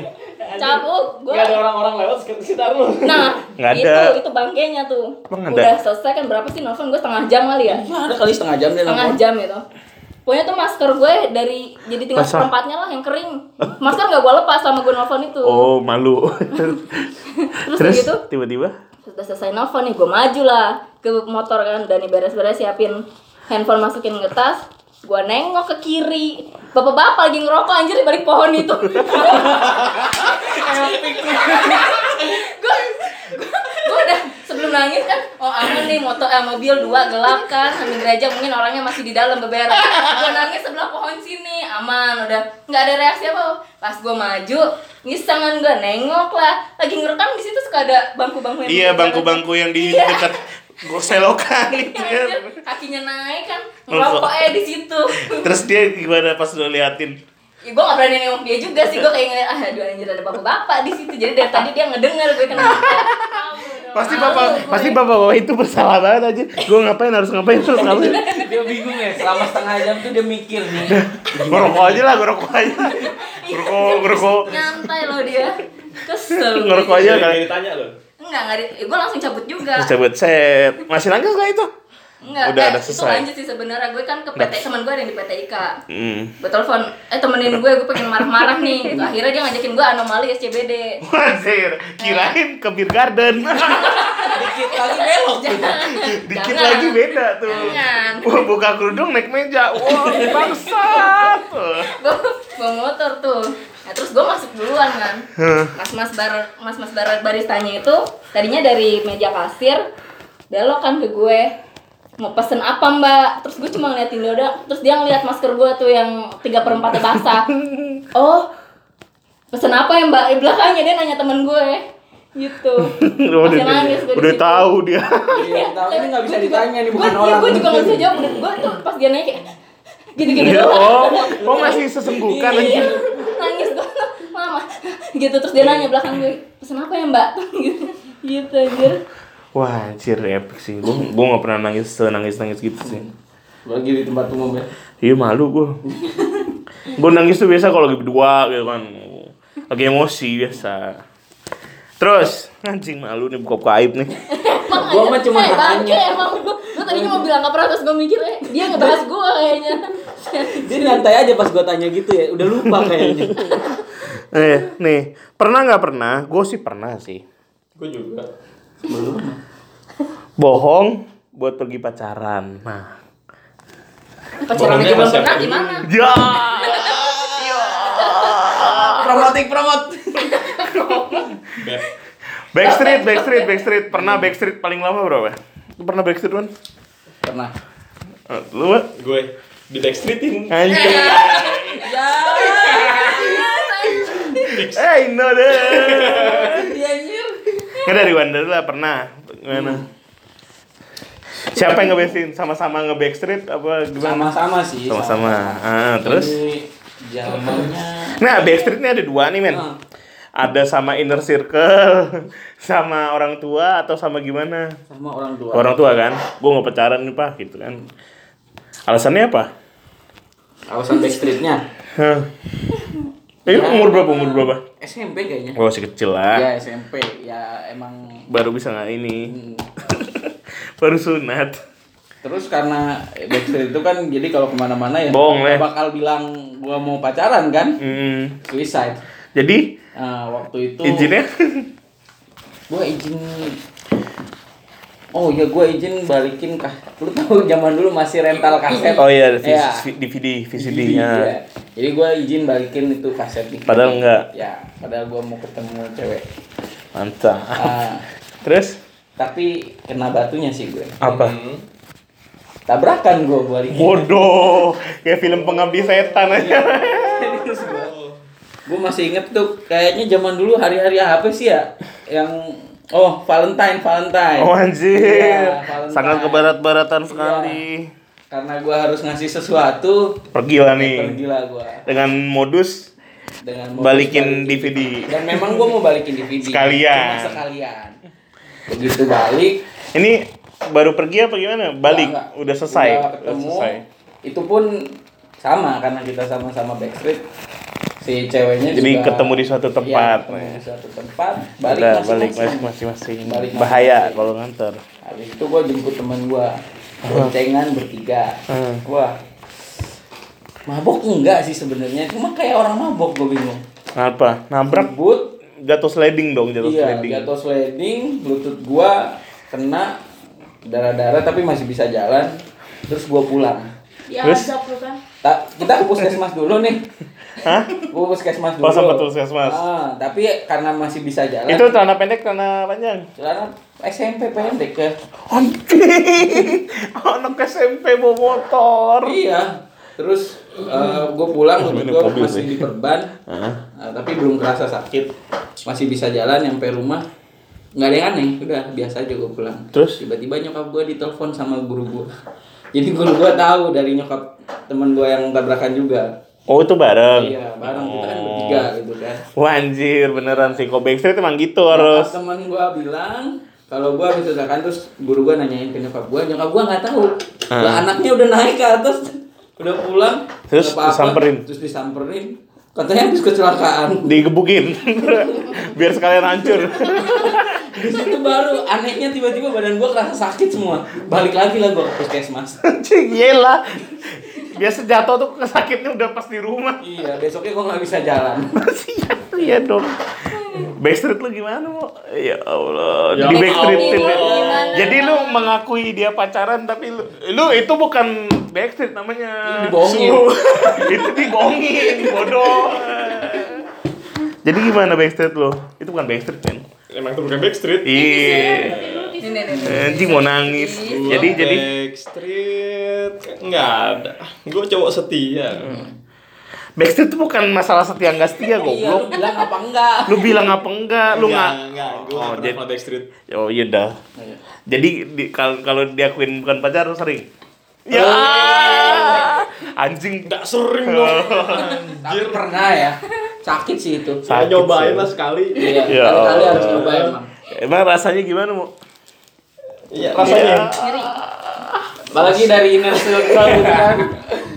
cabut gue.
Gak ada orang-orang lewat sekitar lu.
oh, Nah,
Nggak ada.
itu itu bangkainya tuh.
Emang ada?
Udah selesai kan berapa sih nelfon gue setengah jam kali ya?
Ya, ada kali setengah jam dia
Setengah
nelfon.
jam itu. Pokoknya tuh masker gue dari jadi tinggal
Basah.
seperempatnya lah yang kering. Masker nggak gue lepas sama gue nelfon itu.
Oh, malu.
Terus,
Terus
gitu
tiba-tiba
sudah selesai nelfon nih gue maju lah ke motor kan udah nih beres-beres siapin handphone masukin ke tas gue nengok ke kiri bapak-bapak lagi ngerokok anjir di balik pohon itu gue gue udah sebelum nangis kan oh aman nih motor eh, mobil dua gelap kan sambil gereja mungkin orangnya masih di dalam beberes gue nangis sebelah pohon sini aman udah nggak ada reaksi apa pas gue maju ngisangan gue nengok lah lagi ngerekam di situ suka ada bangku-bangku yang
Iya
berjalan.
bangku-bangku yang di
Iya.
dekat goselokan gitu
Anjir,
kan.
kakinya naik kan
Ngerokok.
ngerokok eh di situ
Terus dia gimana pas lo liatin?
Ya, gue gak berani nengok dia juga sih, gue kayak ngeliat, ah aduh anjir ada bapak-bapak di situ Jadi dari tadi dia ngedenger gue kena
Pasti
Malu
bapak,
gue.
pasti bapak bapak itu bersalah banget aja. Gue ngapain harus ngapain harus ngapain?
Dia bingung ya, selama setengah jam tuh dia mikir nih.
Ngerokok aja lah, ngerokok aja. Ngerokok, ngerokok,
Nyantai loh dia Kesel
ngerokok aja
Iya,
kan.
ditanya lo
Enggak, enggak, gue langsung cabut juga
Terus cabut set. Masih nangis nggak itu?
Enggak,
Udah,
eh,
udah
itu
selesai.
lanjut sih sebenarnya gue kan ke PT, teman gue ada yang di PT IKA
Hmm.
Gue telepon, eh temenin gue, gue pengen marah-marah nih gitu. Akhirnya dia ngajakin gue anomali SCBD
Wazir, kirain ke beer garden.
dikit lagi belok.
Jangan.
Dikit
Jangan.
lagi beda tuh.
Jangan.
Wah, buka kerudung naik meja. Wah, bangsat.
gue motor tuh nah, terus gue masuk duluan kan mas mas bar mas mas bar baristanya itu tadinya dari meja kasir belok kan ke gue mau pesen apa mbak terus gue cuma ngeliatin dia udah terus dia ngeliat masker gue tuh yang tiga perempatnya basah oh pesen apa ya mbak di belakangnya dia nanya temen gue gitu
Udah,
Masih nangis gue di
udah
situ.
tahu dia.
Iya, tahu ini nggak bisa
Gua juga-
ditanya nih
gua-
bukan
iya,
orang.
gue juga nggak bisa jawab gue tuh pas dia nanya kayak gitu-gitu doang.
Oh, oh masih sesenggukan
Iya,
anjir.
nangis gue mama gitu terus dia nanya belakang gue pesen apa ya mbak gitu gitu anjir
Wah, anjir epic sih. Gua gua nggak pernah nangis senangis-nangis gitu sih.
Bagi di tempat umum ya.
Iya malu gua. Gua nangis tuh biasa kalau lagi berdua gitu kan. Lagi emosi biasa. Terus, anjing malu nih buka-buka aib nih.
emang
Gua mah cuma
eh, bangke,
nanya.
emang gue tadinya mau bilang nggak pernah terus gue mikir eh dia ngebahas gue kayaknya
Dia nyantai aja pas gua tanya gitu ya, udah lupa kayaknya.
Eh, nih, pernah nggak pernah? Gue sih pernah sih.
Gue juga.
Bohong buat pergi pacaran. Nah.
pacaran aja
Bohongnya
belum
masih
pernah
ada.
gimana
Ya.
Promotik promot.
Beb.
Backstreet, backstreet, backstreet. Pernah backstreet paling lama berapa? Lu pernah backstreet kan?
Pernah.
Lu Wan?
Gue di backstreetin.
Anjing.
Ya,
Eh, no deh.
dia anjir.
Kan dari Wanda lah pernah. Gimana? Siapa yang ngebesin? Sama-sama nge-backstreet apa gimana?
Sama-sama sih.
Sama-sama. Ah, terus?
Ini zamannya.
Nah, backstreet ini ada dua nih, men.
Ah.
Ada sama inner circle, sama orang tua atau sama gimana?
Sama orang tua.
Orang tua kan? Gue nggak pacaran nih, Pak, gitu kan. Alasannya apa?
Alasan backstreetnya.
Hah. Eh, lu
Ya.
umur berapa? Umur berapa?
SMP kayaknya.
Oh, masih kecil lah.
Ya SMP, ya emang
Baru bisa nggak ini.
Hmm.
Baru sunat.
Terus karena backstreet itu kan jadi kalau kemana-mana ya
Bohong, Le.
nggak bakal bilang gua mau pacaran kan
Hmm.
suicide.
Jadi,
Nah, waktu itu
izinnya?
gua izin Oh iya gua izin balikin kah. Lu tahu zaman dulu masih rental kaset.
Oh iya, VCD,
Ya,
DVD, VCD.
DVD,
ya.
ya. Jadi gua izin balikin itu kaset nih.
Padahal enggak.
Ya, padahal gua mau ketemu cewek.
Mantap.
Ah,
Terus
tapi kena batunya sih gue.
apa?
Hmm.
Tabrakan gua balikin.
Bodoh, kayak film pengabdi setan aja.
gue masih inget tuh kayaknya zaman dulu hari-hari apa sih ya yang oh Valentine Valentine
Oh anjir,
Iya, Valentine.
sangat kebarat-baratan sekali.
karena gue harus ngasih sesuatu
Iya, Pergilah nih
tergila gue
dengan modus
dengan mau
balikin
balik.
DVD.
dan memang gue mau balikin DVD
Sekalian.
Cuma sekalian begitu balik
Ini baru pergi apa gimana? Balik,
enggak, enggak.
udah selesai.
udah ketemu
selesai.
itu pun sama karena kita sama-sama backstreet si ceweknya
Jadi
juga-
ketemu di suatu
Iya,
tempat,
ketemu
ya.
di suatu tempat balik
Udah balik
masing-masing.
masing-masing.
Balik
Bahaya
masing-masing.
kalau nganter.
Habis itu gua jemput teman gua. Boncengan bertiga.
Hmm.
Gua mabok enggak sih sebenarnya, cuma kayak orang mabok gua bingung.
Apa? Nabrak?
Jemput,
Jatuh sliding dong, jatuh
iya,
sliding.
jatuh sliding, lutut gua kena darah-darah tapi masih bisa jalan. Terus gua pulang.
Ya,
Terus?
ajak lu kan.
Ta- kita ke puskesmas dulu nih.
Hah?
Gua puskesmas dulu.
Oh, sempat puskesmas.
Ah, tapi karena masih bisa jalan.
Itu celana pendek, celana panjang.
celana SMP pendek ya.
Anjing, anak SMP bawa motor.
Iya. Terus gue pulang
Oh,
gue
ini mobil
masih
sih.
di perban,
Hah?
nah, tapi belum kerasa sakit, masih bisa jalan nyampe rumah. Nggak ada yang aneh, udah biasa aja gue pulang.
Terus?
tiba-tiba nyokap gue ditelepon sama guru gue. Jadi guru gue tahu dari nyokap temen gue yang tabrakan juga.
Oh itu bareng.
Iya, bareng kita kan bertiga
Oh.
gitu kan.
Wah anjir beneran sih Kok Backstreet emang gitu
Nyokap
harus
temen gue bilang kalau gue habis ledakan terus guru gue nanyain ke nyokap gue, nyokap gue nggak tahu.
Ah.
Lah anaknya udah naik ke atas, udah pulang.
Terus
nggak apa-apa.
disamperin.
Terus disamperin. Katanya habis kecelakaan.
digebukin biar sekalian hancur.
Di situ baru anehnya tiba-tiba badan gue kerasa sakit semua. Balik lagi lah gue ke puskesmas.
Anjing yelah. Biasa jatuh tuh sakitnya udah pas di rumah.
iya, besoknya gue nggak bisa jalan.
Kasihan iya dong. ya, Backstreet lu gimana mau? Ya Allah,
Ya
di
Allah.
Backstreet Team.
Ini gimana?
Jadi lu mengakui dia pacaran tapi lu, lu itu bukan Backstreet namanya.
Lu dibohongin.
Su- itu dibohongin, bodoh. Jadi gimana Backstreet lu? Itu bukan Backstreet kan?
Emang itu bukan Backstreet?
Iya.
Ini nih nih. nih.
Anjing mau nangis.
Gua
Jadi jadi
Backstreet nggak ada. Gue cowok setia.
Backstreet itu bukan masalah setia nggak setia
Iya, lu
goblok.
bilang apa enggak?
Lu bilang apa enggak? Lu
Nggak,
nggak
nggak.
Oh,
Gue nggak pernah
jadi-
sama Backstreet.
Oh iya dah. Jadi di- kalau kalau diakuin bukan pacar sering. Ya.
Oh, iya,
Anjing
Nggak sering dong.
Tapi pernah ya. Sakit sih itu.
Saya
Sakit
nyobain
sih.
lah sekali.
Iya,
Ya
kali-kali harus
Allah.
nyobain, Bang.
Emang rasanya gimana mau?
Iya, rasanya.
Apalagi dari inner circle gitu kan.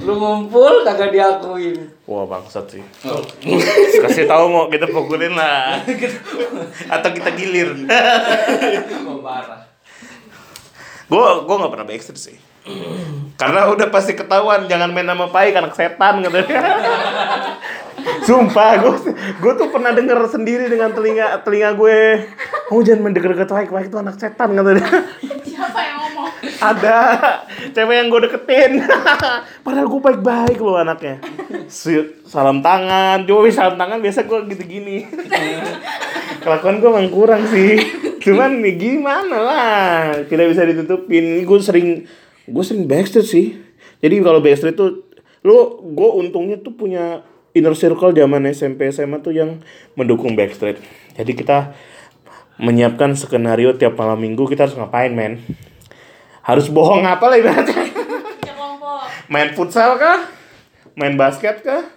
Lu ngumpul kagak diakuin.
Wah bangsat sih. Kasih tahu mau kita pukulin lah. Atau kita gilir.
Gua parah.
gue gue nggak pernah backstreet sih. Karena udah pasti ketahuan jangan main sama Pai kan anak setan katanya. Sumpah, gue gue tuh pernah denger sendiri dengan telinga telinga gue. Kamu jangan main deket-deket Pai, Pai itu anak setan katanya.
Siapa yang ngomong?
ada cewek yang gue deketin padahal gue baik-baik loh anaknya Si- salam tangan cuma wis salam tangan biasa gue gitu gini kelakuan gue emang kurang sih cuman nih gimana lah tidak bisa ditutupin gue sering gue sering backstreet sih jadi kalau backstreet tuh lo gue untungnya tuh punya inner circle zaman SMP SMA tuh yang mendukung backstreet jadi kita menyiapkan skenario tiap malam minggu kita harus ngapain men harus bohong apa lah ibaratnya
Kerja kelompok.
main futsal kah main basket kah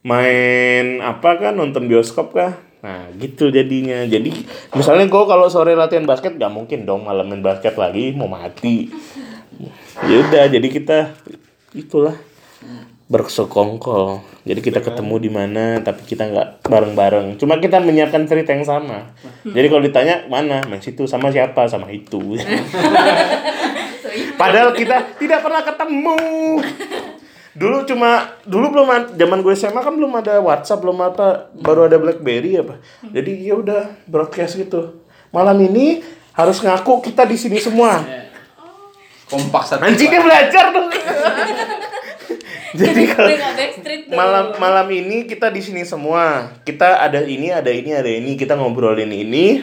main apa kah nonton bioskop kah nah gitu jadinya jadi misalnya gue kalau sore latihan basket gak mungkin dong malam main basket lagi mau mati ya udah jadi kita itulah bersekongkol jadi kita ketemu di mana tapi kita nggak bareng-bareng cuma kita menyiapkan cerita yang sama jadi kalau ditanya mana main situ sama siapa sama itu Padahal kita tidak pernah ketemu. Dulu cuma dulu belum ad- zaman gue SMA kan belum ada WhatsApp, belum apa, baru ada BlackBerry apa. Jadi ya udah broadcast gitu. Malam ini harus ngaku kita di sini semua.
Kompak satu.
Anjingnya belajar dong. Jadi kalau
Gue nggak backstreet tuh.
malam malam ini kita di sini semua kita ada ini ada ini ada ini kita ngobrolin ini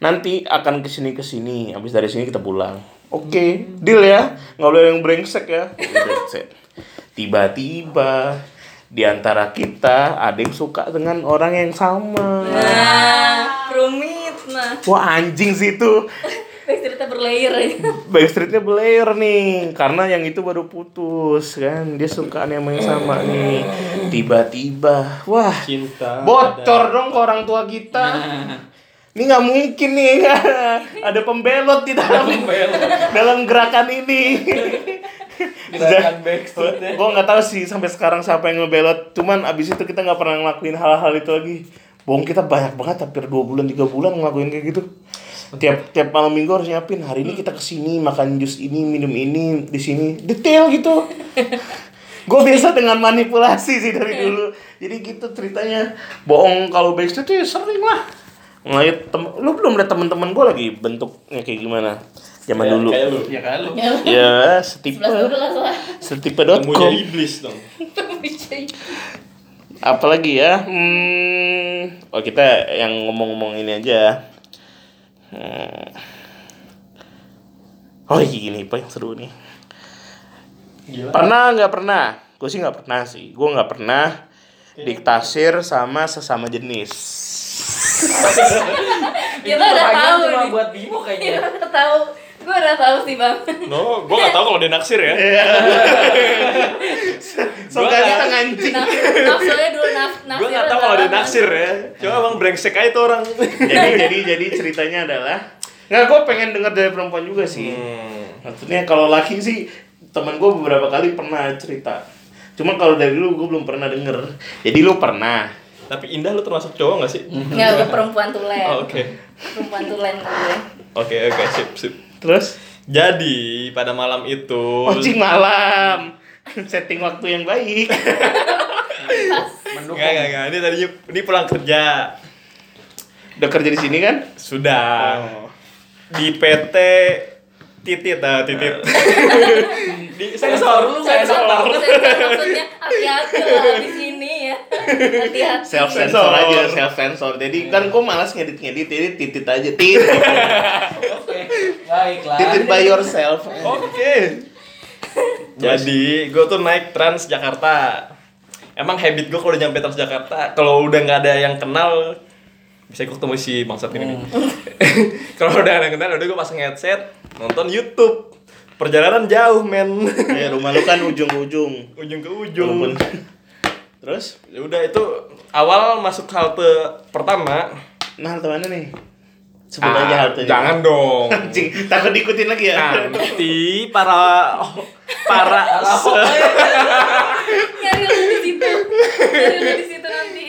nanti akan kesini kesini habis dari sini kita pulang oke deal ya nggak boleh ada yang brengsek ya That's it. tiba-tiba di antara kita ada yang suka dengan orang yang sama
Nah, rumit nah.
wah anjing sih itu
Backstreetnya berlayer ya.
Backstreetnya belayer nih karena yang itu baru putus kan dia suka nih sama yang sama nih tiba-tiba wah
Cinta.
bocor dong ke orang tua kita ini nggak mungkin nih ada pembelot di dalam dalam gerakan ini
Gerakan
Gitu.
backstreet ya.
gue nggak tahu sih sampai sekarang siapa yang ngebelot cuman abis itu kita nggak pernah ngelakuin hal-hal itu lagi bohong kita banyak banget hampir dua bulan tiga bulan ngelakuin kayak gitu tiap tiap malam minggu harus nyiapin hari ini kita kesini makan jus ini minum ini di sini detail gitu gue biasa dengan manipulasi sih dari dulu jadi gitu ceritanya bohong kalau backstreet tuh ya sering lah ngeliat tem lu belum liat temen-temen gue lagi bentuknya kayak gimana zaman
Kayak-
dulu
Kayak lu.
Ya kan lu.
ya setipe
Sebelas dua belas lah.
setipe.com
Temunya iblis dong.
apalagi ya hmm oh kita yang ngomong-ngomong ini aja Hmm. oh iya ini apa yang seru nih
Gila.
pernah nggak pernah gue sih nggak pernah sih gue nggak pernah diktasir sama sesama jenis
Kita udah
pertanyaan
tahu
cuma
nih.
buat Bimo kayaknya.
Iya, udah tahu. Gue udah tahu sih, Bang.
No, gue gak tau kalau dia naksir ya.
so
Gua
kali
nggak-
tengah anjing
Naf- Nah, Nafsunya dulu naf nafsu.
Gue gak tau kalau dia naksir ya. Cuma emang brengsek aja tuh orang.
jadi jadi jadi ceritanya adalah nggak gue pengen dengar dari perempuan juga sih
Hmm.
maksudnya kalau laki sih teman gue beberapa kali pernah cerita cuma kalau dari lu gue belum pernah denger jadi lu pernah
Tapi Indah lu termasuk cowok gak sih?
Enggak, gue perempuan tulen.
Oh, Oke.
Perempuan tulen gue.
Oke, oke, sip, sip.
terus
Jadi, pada malam itu...
ojing malam setting waktu yang baik
Mendukung.
Enggak, enggak, enggak. Ini tadinya ini pulang kerja.
Udah kerja di sini kan?
Sudah.
Oh.
Di PT Titit ah, Titit.
Di sensor
Lu nggak tahu maksudnya hati-hati lah di sini ya. Hati-hati.
Self sensor aja, self sensor. Jadi kan gue malas ngedit-ngedit, jadi titit aja, titit.
Oke, baiklah.
Titit by yourself.
Oke. Jadi gue tuh naik Trans Jakarta. Emang habit gue kalau udah nyampe Trans Jakarta, kalau udah nggak ada yang kenal, bisa gue ketemu si bangsat ini.
Hmm.
nih. kalau udah ada yang kenal, udah gue pasang headset, nonton YouTube. Perjalanan jauh men,
Eh, rumah lu kan ujung-ujung.
ujung ke ujung.
Walaupun Terus,
Ya udah itu awal masuk halte pertama.
nah halte mana nih? Sebut aja
Ah,
haltenya.
jangan dong.
Anjing, takut diikutin lagi ya.
Nah. Nanti para para
Nyari lu di situ. Nyari lu di situ nanti.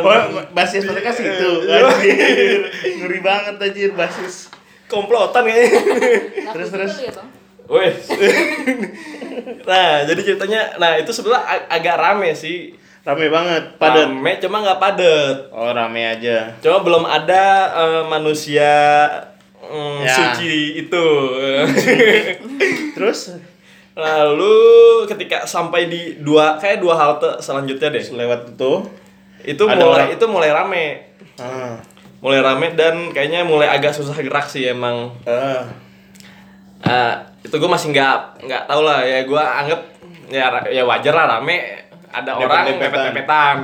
Oh,
Iya.
basis mereka sih itu. Anjir. Ngeri banget anjir basis.
komplotan kayaknya.
Nah,
Terus,
aku
terus.
situ ya, Bang.
Wes. nah, jadi ceritanya, nah itu sebelah ag- agak rame sih.
Rame banget, padat.
Rame, cuma nggak padet.
Oh, rame aja.
Cuma belum ada eh, manusia mm,
Ya.
suci itu.
Terus
Lalu ketika sampai di dua kayak dua halte selanjutnya deh.
lewat itu.
Itu
Ada
mulai
orang.
itu mulai rame.
Ah.
Mulai rame dan kayaknya mulai agak susah gerak sih emang.
ah.
Eh, itu gue masih nggak nggak tahu lah ya gue anggap ya ra- ya wajar lah rame ada orang
Dempet-dempetan.
pepet-pepetan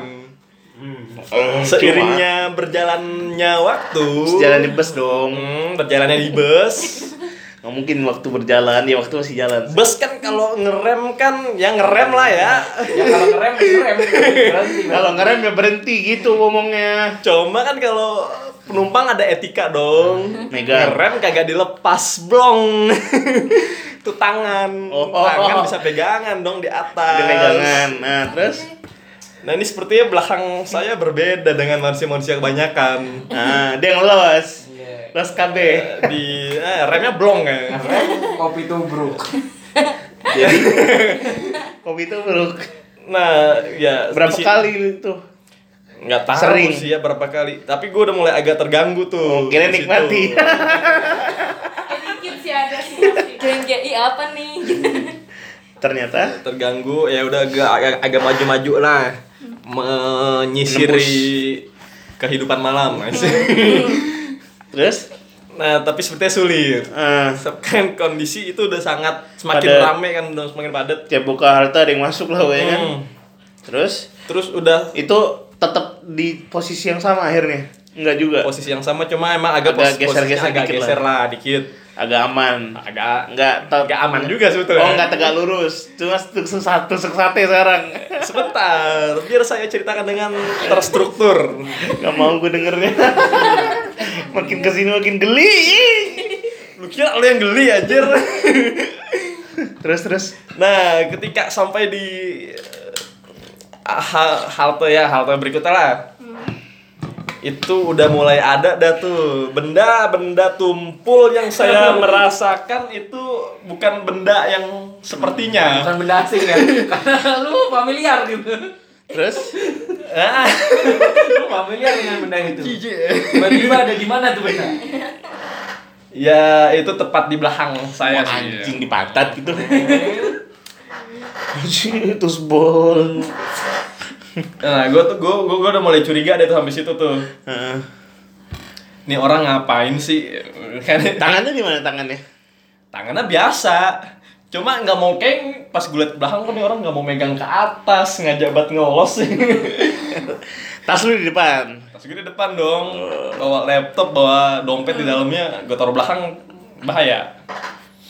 Eh,
Oh,
seiringnya berjalannya waktu
cuma Sejalan di bus dong.
Hmm, berjalannya di bus
Nggak mungkin waktu berjalan, ya waktu masih jalan.
bus kan kalau ngerem kan ya ngerem lah ya
Ya kalau ngerem, ngerem. Berhenti.
Kalau ngerem ya berhenti gitu ngomongnya.
cuma kan kalau penumpang ada etika dong
Megang.
ngerem kagak dilepas blong itu tangan
Oh.
tangan bisa pegangan dong di atas
Dia pegangan. Nah, terus
Nah ini sepertinya belakang saya berbeda dengan manusia-manusia kebanyakan
ah, dia ngelos.
Iya.
Los KB.
di eh, remnya blong ya. Iya.
Ngerem, kopi tubruk.
Jadi kopi itu buruk.
Nah ya
Berapa
di si-
kali itu?
Nggak tahu
Sering. Oh,
sih ya berapa kali. Tapi gue udah mulai agak terganggu tuh.
Kira
di situ.
nikmati.
Dikit sih ada sih masih.
Join GI apa nih?
Ternyata
terganggu ya udah agak agak, agak maju-maju lah menyisiri kehidupan malam.
terus
nah tapi sepertinya sulit.
eh
Kan kondisi itu udah sangat semakin
Padat.
rame kan udah semakin padat.
tiap buka harta ada yang masuk lah ya kan.
Hmm.
Terus
Terus udah
itu tetap di posisi yang sama akhirnya. Enggak juga.
posisi yang sama cuma emang agak,
Agak
pos- posisinya
geser-geser
agak
dikit
geser lah. dikit
Agak aman.
agak
Enggak te-
agak aman juga sebetulnya
Oh, enggak tegak lurus. Cuma tusuk satu tusuk sate sekarang.
sebentar biar saya ceritakan dengan terstruktur
Gak mau gue dengernya. makin kesini makin geli.
lu kira lu yang geli anjir
Terus terus.
nah ketika sampai di eh, ha- halte ya halte berikutnya lah itu udah mulai ada dah tuh benda-benda tumpul yang saya merasakan itu bukan benda yang sepertinya
Bukan benda asing ya. Karena lu familiar gitu.
Terus
Ah.
Lu familiar dengan benda itu. Tiba-tiba ada di mana tuh benda?
Ya itu tepat di belakang
Wah,
saya sih. iya.
anjing di pantat gitu. Anjing terus bol.
Nah, gue tuh gue gue udah mulai curiga deh tuh habis itu tuh.
Heeh.
Nih orang ngapain sih? Kan
tangannya di mana tangannya?
tangannya biasa. Cuma nggak mau keng pas gue liat ke belakang kok nih orang nggak mau megang ke atas, nggak jabat ngelos sih.
Tas lu di depan.
Pas gue di depan dong, bawa laptop, bawa dompet di dalamnya, gue taruh belakang bahaya.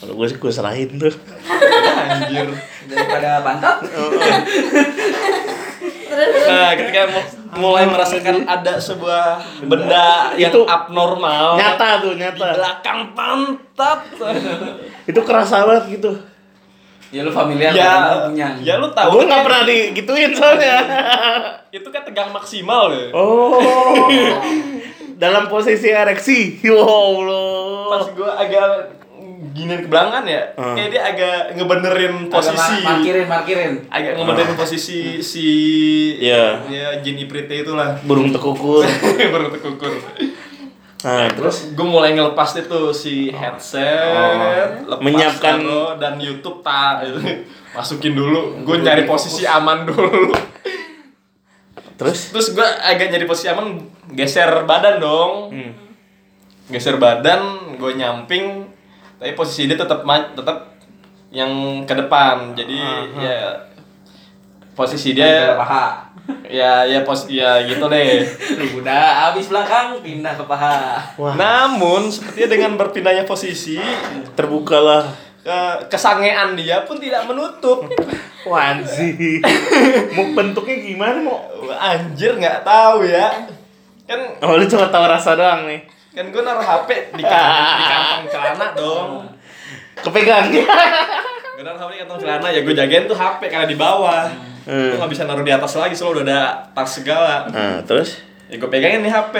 Kalau gue sih gue serahin tuh.
Anjir.
Daripada pantat.
Nah, ketika mu- mulai merasakan ada sebuah benda yang
Itu
abnormal.
Nyata tuh,
di
nyata.
belakang pantat
Itu kerasa banget gitu.
Ya lu familiar
ya
dengan punya.
ya lu tahu
Gue nggak
kan,
pernah digituin soalnya.
itu kan tegang maksimal ya
Oh. Dalam posisi ereksi. Ya Allah.
pas gua agak giniin ke belakang ya
Hmm.
kayak dia agak ngebenerin posisi
Agak mar- markirin markirin
agak ngebenerin posisi si
Iya.
ya Jin Iprite itulah
burung tekukur
baru terkukur
nah, terus
terus gue mulai ngelepas itu si headset
Oh.
lepas
Menyiapkan-
taruh, dan YouTube tak masukin dulu gue nyari posisi aman dulu
terus
terus gue agak nyari posisi aman geser badan dong
Hmm.
geser badan gue nyamping tapi posisi dia tetap ma- tetap yang ke depan jadi ya posisi
Pindah ke
dia
paha
ya ya pos ya gitu deh
udah habis belakang pindah ke paha
namun sepertinya dengan berpindahnya posisi
terbukalah
ke- kesangean dia pun tidak menutup
wanzi mau bentuknya gimana mau
anjir nggak tahu ya kan
oh lu cuma tahu rasa doang nih
kan gue naruh HP di kantong, di kantong celana dong
kepegang
Gue naruh HP di kantong celana ya gue jagain tuh HP karena di bawah.
Hmm.
Gue nggak bisa naruh di atas lagi soalnya udah ada tas segala.
nah terus
Ya gue pegangin nih HP.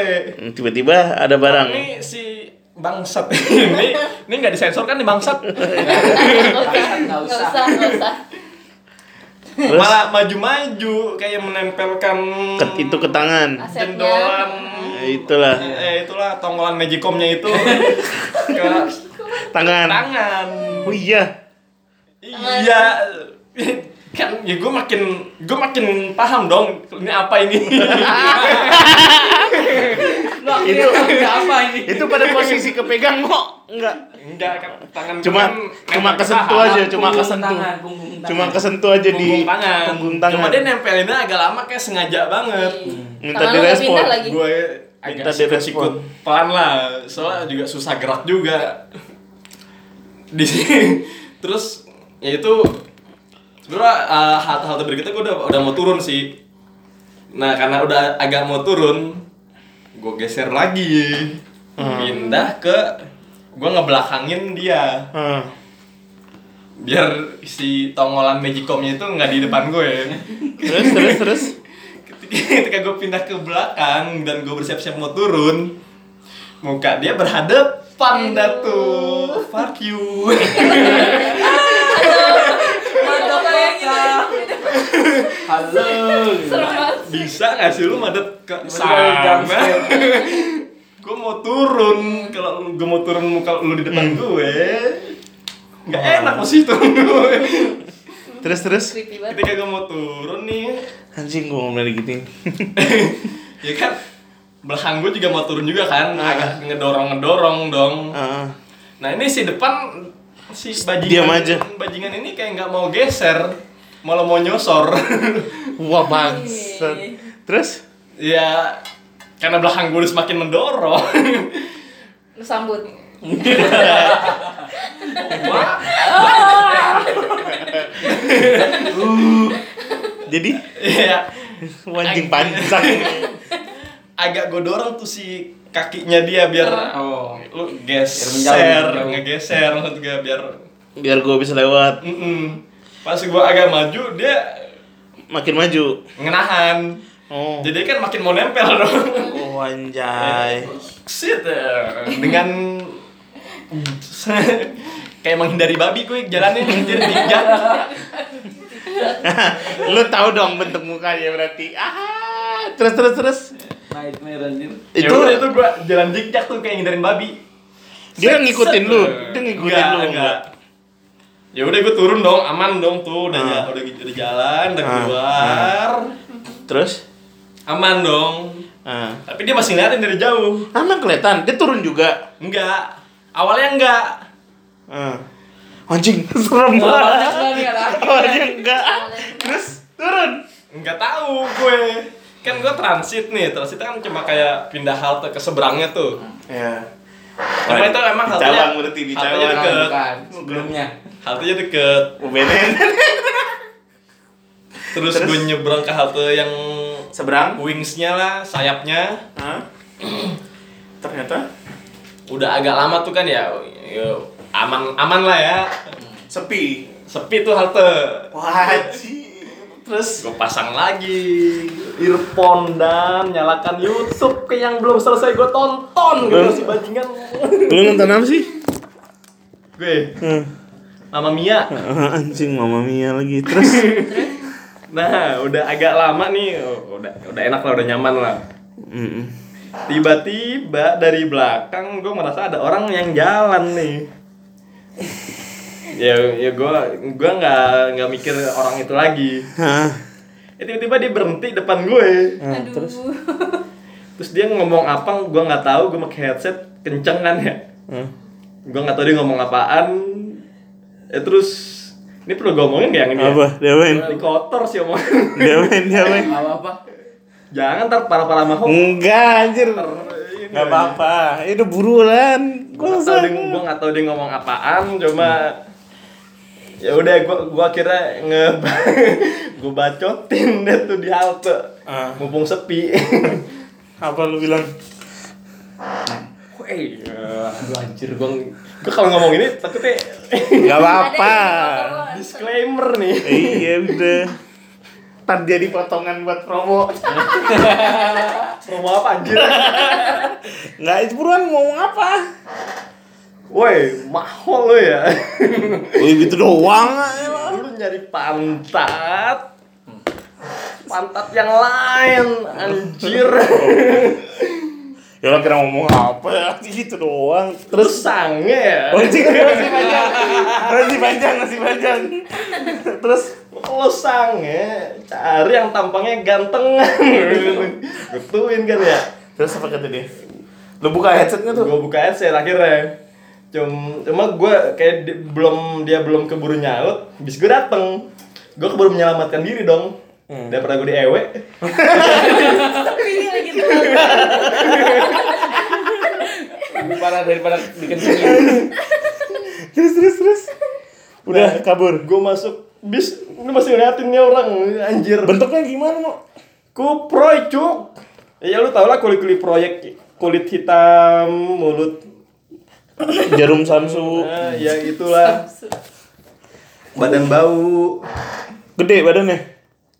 tiba-tiba ada barang
Ini si bangsat ini ini nggak disensor kan nih bangsat
Nggak
nggak
usah.
usah nggak usah
terus
malah maju-maju kayak menempelkan
ke- itu ke tangan
asetnya
jendolan
Ya, itulah
eh itulah tonggolan magicomnya itu ke
tangan
tangan
oh iya
iya kan ya gue makin gue makin paham dong ini apa ini
lu itu Iya, apa ini
itu pada posisi kepegang kok enggak
Enggak, kan tangan
Cuma-
kan
cuma
nempel
kesentuh
paha.
aja, cuma
Punggung
kesentuh.
tangan, punggung tangan.
cuma kesentuh aja
Punggung
di
tangan.
punggung tangan
Cuma dia nempelinnya agak lama kayak sengaja banget.
Iya.
Hmm. Minta
Tangan lu nggak
direspon.
pindah lagi
Gue
ya Minta
agak
direspon.
sikut-sikut pelan lah. Soalnya juga susah gerak juga. Di sini terus ya itu sebenarnya eh, halte-halte berikutnya gue udah udah mau turun sih. Nah, karena udah agak mau turun, gue geser lagi.
Hmm.
Pindah ke gue ngebelakangin dia.
Hmm.
biar si tongolan magicomnya itu nggak di depan gue
terus terus terus
ketika, ketika gue pindah ke belakang dan gue bersiap-siap mau turun muka dia berhadapan dah tuh fuck you
mantap kayaknya
halo
seru banget
bisa nggak sih lu madep ke
jump
sana
scare.
gue mau turun kalau lu- gue mau turun muka lu di depan gue nggak enak masih turun gue
terus terus
creepy banget
ketika gue mau turun nih
anjing gua ngomong lagi gini
ya kan belakang gue juga mau turun juga kan agak ngedorong ngedorong dong
Ah.
Nah ini si depan si bajingan
Diam aja.
bajingan ini kayak nggak mau geser, malah mau nyosor.
wah bangsat terus
ya karena belakang gue udah semakin mendorong.
lu sambut
Nah, jadi
ya
anjing panjang
agak gue dorong tuh si kakinya dia biar
Ah.
oh
lu
Biar
geser,
menjauh.
ngegeser maksud gue biar.
biar gue bisa lewat
Mm-mm. Pas gue agak maju dia
makin maju
ngenahan.
oh
Jadi kan makin mau nempel dong.
oh anjay
Sit eh, dengan kayak menghindari babi gue jalannya anjir tiga
lu tahu dong bentuk mukanya berarti ah terus terus terus
nightmare anjir
Ya itu
itu Ya itu gue jalan zigzag tuh kayak ngindarin babi
dia
Set,
ngikutin
set,
lu
eh.
dia ngikutin
Enggak,
lu
enggak ya udah gue turun dong aman dong tuh udah ja- udah, udah jalan udah
Ah,
keluar
terus
aman dong
ah
tapi dia masih ngeliatin dari jauh
emang kelihatan dia turun juga
enggak awalnya enggak
ah anjing serem
Malah
banget
banyak lagi.
awalnya enggak Ah. terus turun
enggak tahu gue kan gue transit nih transit kan cuma kayak pindah halte ke seberangnya tuh
ya
Cuma itu
Di
emang haltenya-
Cawang berarti, di
haltenya
Cawang.
deket.
bukan sebelumnya
Haltenya deket.
UBN
Terus,
Terus?
gue nyebrang ke halte yang
seberang
wingsnya lah, sayapnya.
ah ternyata
Udah agak lama tuh kan ya. ya, Aman aman lah ya.
sepi
Sepi tuh halte.
wah anjing. terus
Gue pasang lagi earphone dan nyalakan YouTube
Hmm.
ke yang belum selesai gue tonton gitu si bajingan.
lu nonton apa sih
gue
Hmm.
Mama Mia
Ah, Anjing Mama Mia lagi. Terus
nah udah agak lama nih Oh, udah udah enak lah udah nyaman lah
Mm-mm.
tiba-tiba dari belakang gue merasa ada orang yang jalan nih ya ya gue gue nggak nggak mikir orang itu lagi
Hah?
Eh, tiba-tiba dia berhenti depan gue
Nah,
Aduh.
terus
terus dia ngomong apa gue nggak tahu gue pakai headset kenceng kan ya
Hah?
gue nggak tahu dia ngomong apaan eh terus ini perlu gue omongin gak yang ini ya?
apa? Dewain.
ini kotor sih omongan
Dewain, dewain.
apa-apa.
jangan ntar para para mahok
Enggak anjir.
ntar ini
Enggak
lagi.
apa-apa. Itu buruan.
gue nggak tahu dia gue nggak tahu dia ngomong apaan cuma ya udah gue gua kira nge gue bacotin deh tuh di halte
Ah.
mumpung sepi
Apa lu bilang?
Woi, aduh anjir gue gue kalau ngomong ini takutnya eh,
Enggak
Ada
apa-apa.
yang di motor gua.
disclaimer nih
iya udah. Ntar jadi potongan buat promo.
ngomong apa anjir
Enggak, itu buruan ngomong apa?
woi mahal lo ya
Eh gitu doang. ayolah.
lu nyari pantat pantat yang lain anjir
Ya lo kira ngomong apa ya? Gitu doang.
terus sange ya
Oh, anjing, masih panjang. Masih panjang, masih panjang. Terus
lo sange cari yang tampangnya ganteng gituin kan ya
terus apa kata dia? Lu buka headsetnya tuh.
gue buka headset akhirnya cuma cuma gue kayak di- belum dia belum keburu nyaut bis gue dateng gue keburu menyelamatkan diri dong
Hmm.
daripada gue diewe
Iya,
Pilih
gitu.
lagi tuh.
Lebih parah daripada dikencengin.
Terus terus terus. Nah. Udah kabur.
gue Nah, masuk bis lu masih ngeliatin nih orang anjir
Bentuknya gimana, Mo?
kuproy cuk ya lu tau lah kulit kulit proyek kulit hitam mulut
Jarum Samsu.
eh, ya itulah badan bau
Gede badannya.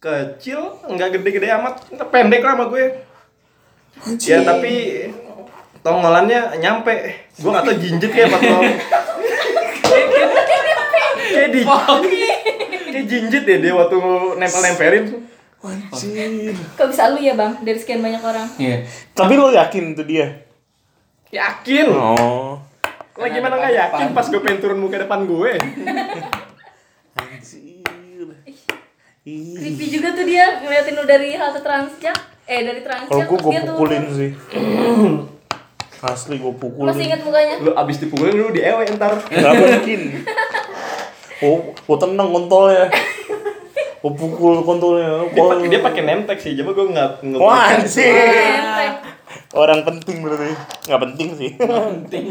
kecil nggak gede-gede amat pendek lah sama gue ya tapi tongolannya nyampe gue nggak tahu jinjit ya apa tong kayak di kayak jinjit deh dia waktu nempel nempelin
Anjir.
Kok bisa lu ya bang dari sekian banyak orang?
Iya.
Tapi lo yakin itu dia?
yakin
Oh.
lah gimana nggak yakin pas gue pengen turun muka depan gue
Anjir. Ih.
Creepy juga tuh dia ngeliatin lu dari halte Transjak. Eh dari
Kalau
Transjak.
gue
terus
gue
dia turun.
pukulin sih. Asli gue pukulin.
Masih ingat mukanya?
lu abis dipukulin lu diewe ntar
Gak mungkin. Oh, gue tendang kontolnya. Gue pukul kontolnya.
dia
Wah,
pakai dia pakai nemtek sih coba gue nggak nggak
Oh. Wah, anjir.
Enteng.
Orang penting berarti. Nggak penting sih.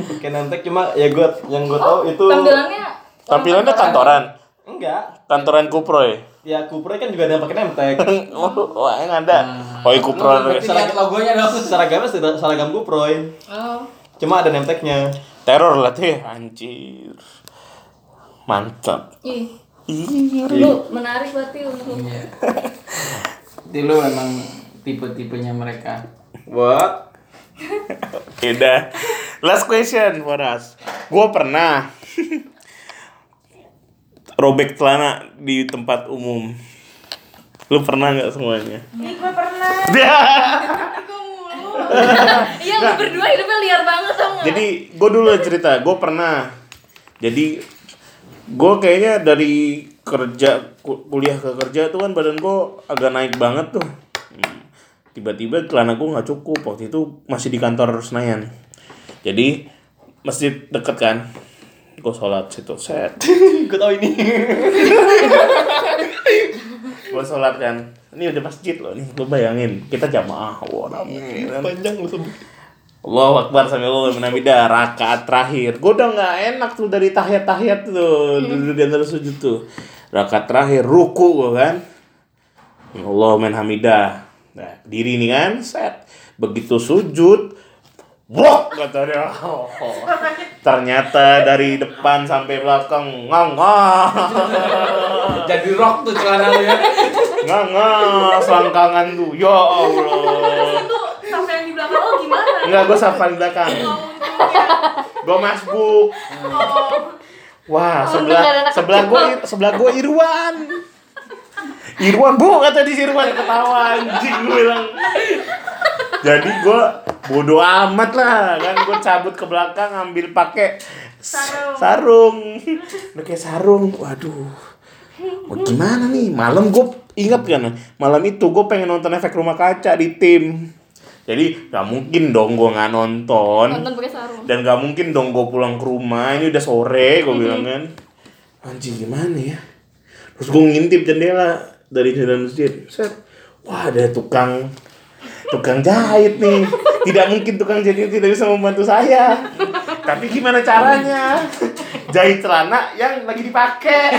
pakai nemtek cuma ya gue yang gue
Oh,
tahu itu
Tampilannya orang
Tampilannya kantoran.
enggak
Kantoran kuproy.
ya kuproy kan juga ada yang pakai nemtek
Oh, yang ada.
Hmm.
Oh, iya, kuproy.
Lihat logonya dong.
seragamnya seragam, seragam kuproy
Oh.
cuma ada nemteknya
Teror lah tuh, anjir. Mantap.
Ih,
Ih.
lu menarik berarti untuk
Iya. Jadi lu emang tipe-tipenya mereka.
buat
Udah. Last question for us. Gue pernah robek celana di tempat umum. Lu pernah nggak semuanya? Ya.
Ini gue pernah. Gue mulu.
Iya, lu berdua hidupnya liar banget tau nggak?
Jadi gue dulu ya cerita, gue pernah. Jadi gue kayaknya dari kerja ku- kuliah ke kerja tuh kan badan gue agak naik banget tuh. Hmm. Tiba-tiba celana gue nggak cukup waktu itu masih di kantor Senayan. Jadi masjid deket kan, gue sholat situ set.
gue tau ini
gue sholat kan ini udah masjid loh nih lu bayangin kita jamaah wah rame kan.
panjang lu sebut
Allahu Akbar sampai Allah menamidah rakaat terakhir gue udah nggak enak tuh dari tahiyat tahiyat tuh
Hmm.
dulu di antara sujud tuh rakaat terakhir ruku gue kan Ya Allah hamidah nah diri nih kan set begitu sujud Wah, kata dia. Oh, oh. Ternyata dari depan sampai belakang ngangah.
Jadi rock tuh celana lu ya.
Nganga, selangkangan tuh. Ya Allah.
Itu sampai yang di belakang oh gimana?
Enggak, gue safari belakang.
Oh, untungnya.
Gue masbuk.
Oh.
Wah,
Untung
sebelah
gak ada anak
sebelah
kecil.
gua Ir- sebelah gua Irwan. Irwan bu kata di Irwan ketawa anjing gue bilang. Jadi gua bodoh amat lah kan gua cabut ke belakang ambil pakai s-
Sarung.
sarung. Udah kayak sarung. Waduh. Oh, gimana nih? Malam gua ingat kan malam itu gua pengen nonton efek rumah kaca di tim. Jadi nggak mungkin dong gua nggak
Nonton pakai sarung.
dan gak mungkin dong gue pulang ke rumah ini udah sore gue bilang kan anjing gimana ya terus gue ngintip jendela dari jendela masjid set wah ada tukang tukang jahit nih tidak mungkin tukang jahit itu tidak bisa membantu saya tapi gimana caranya jahit celana yang lagi dipakai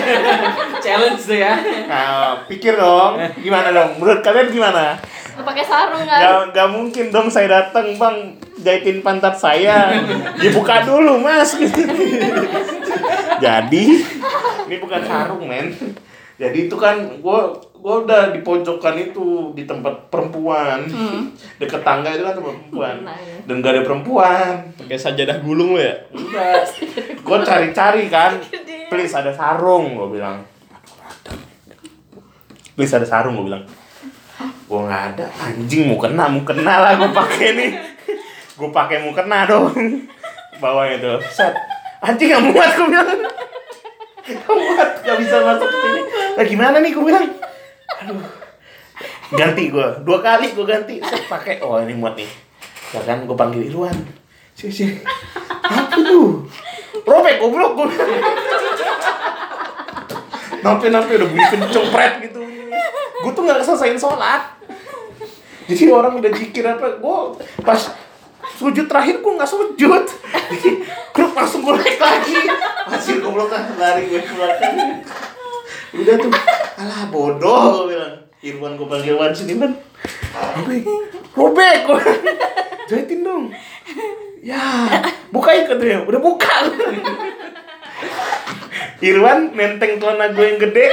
Challenge tuh ya.
nah pikir dong gimana dong menurut kalian gimana
Lu pakai sarung kan?
Gak, gak mungkin dong saya datang bang jahitin pantat saya dibuka dulu mas jadi ini bukan sarung men jadi itu kan gua gua udah di pojokan itu di tempat perempuan deket tangga itu kan tempat perempuan dan gak ada perempuan
Pakai sajadah gulung lu ya?
Enggak. Gue cari-cari kan. Please ada sarung, gue bilang. Please ada sarung, gue bilang. Gue nggak ada. Anjing mau kena, mau kena lah gue pakai nih. Gue pakai mau kena dong. Bawahnya tuh. Set. Anjing nggak muat, gue bilang. Nggak muat, nggak bisa masuk ke sini. Lah gimana nih, gue bilang. Aduh. Ganti gue, dua kali gue ganti. Set pakai. Oh ini muat nih. Ya kan gue panggil Irwan. Sini sini. Apa tuh? Robek goblok gue. Nampi nampi udah bunyi kenceng pret gitu. Gue tuh nggak selesaiin sholat. Jadi orang udah jikir apa? Gue pas sujud terakhir gue nggak sujud. Jadi grup langsung gue naik lagi. Masih goblok kan lari gue pulang. Udah tuh, alah bodoh gue bilang. Irwan gue panggil Irwan sini kan. Robek, robek gue. Jahitin dong ya bukain katanya udah buka Irwan nenteng celana gue yang gede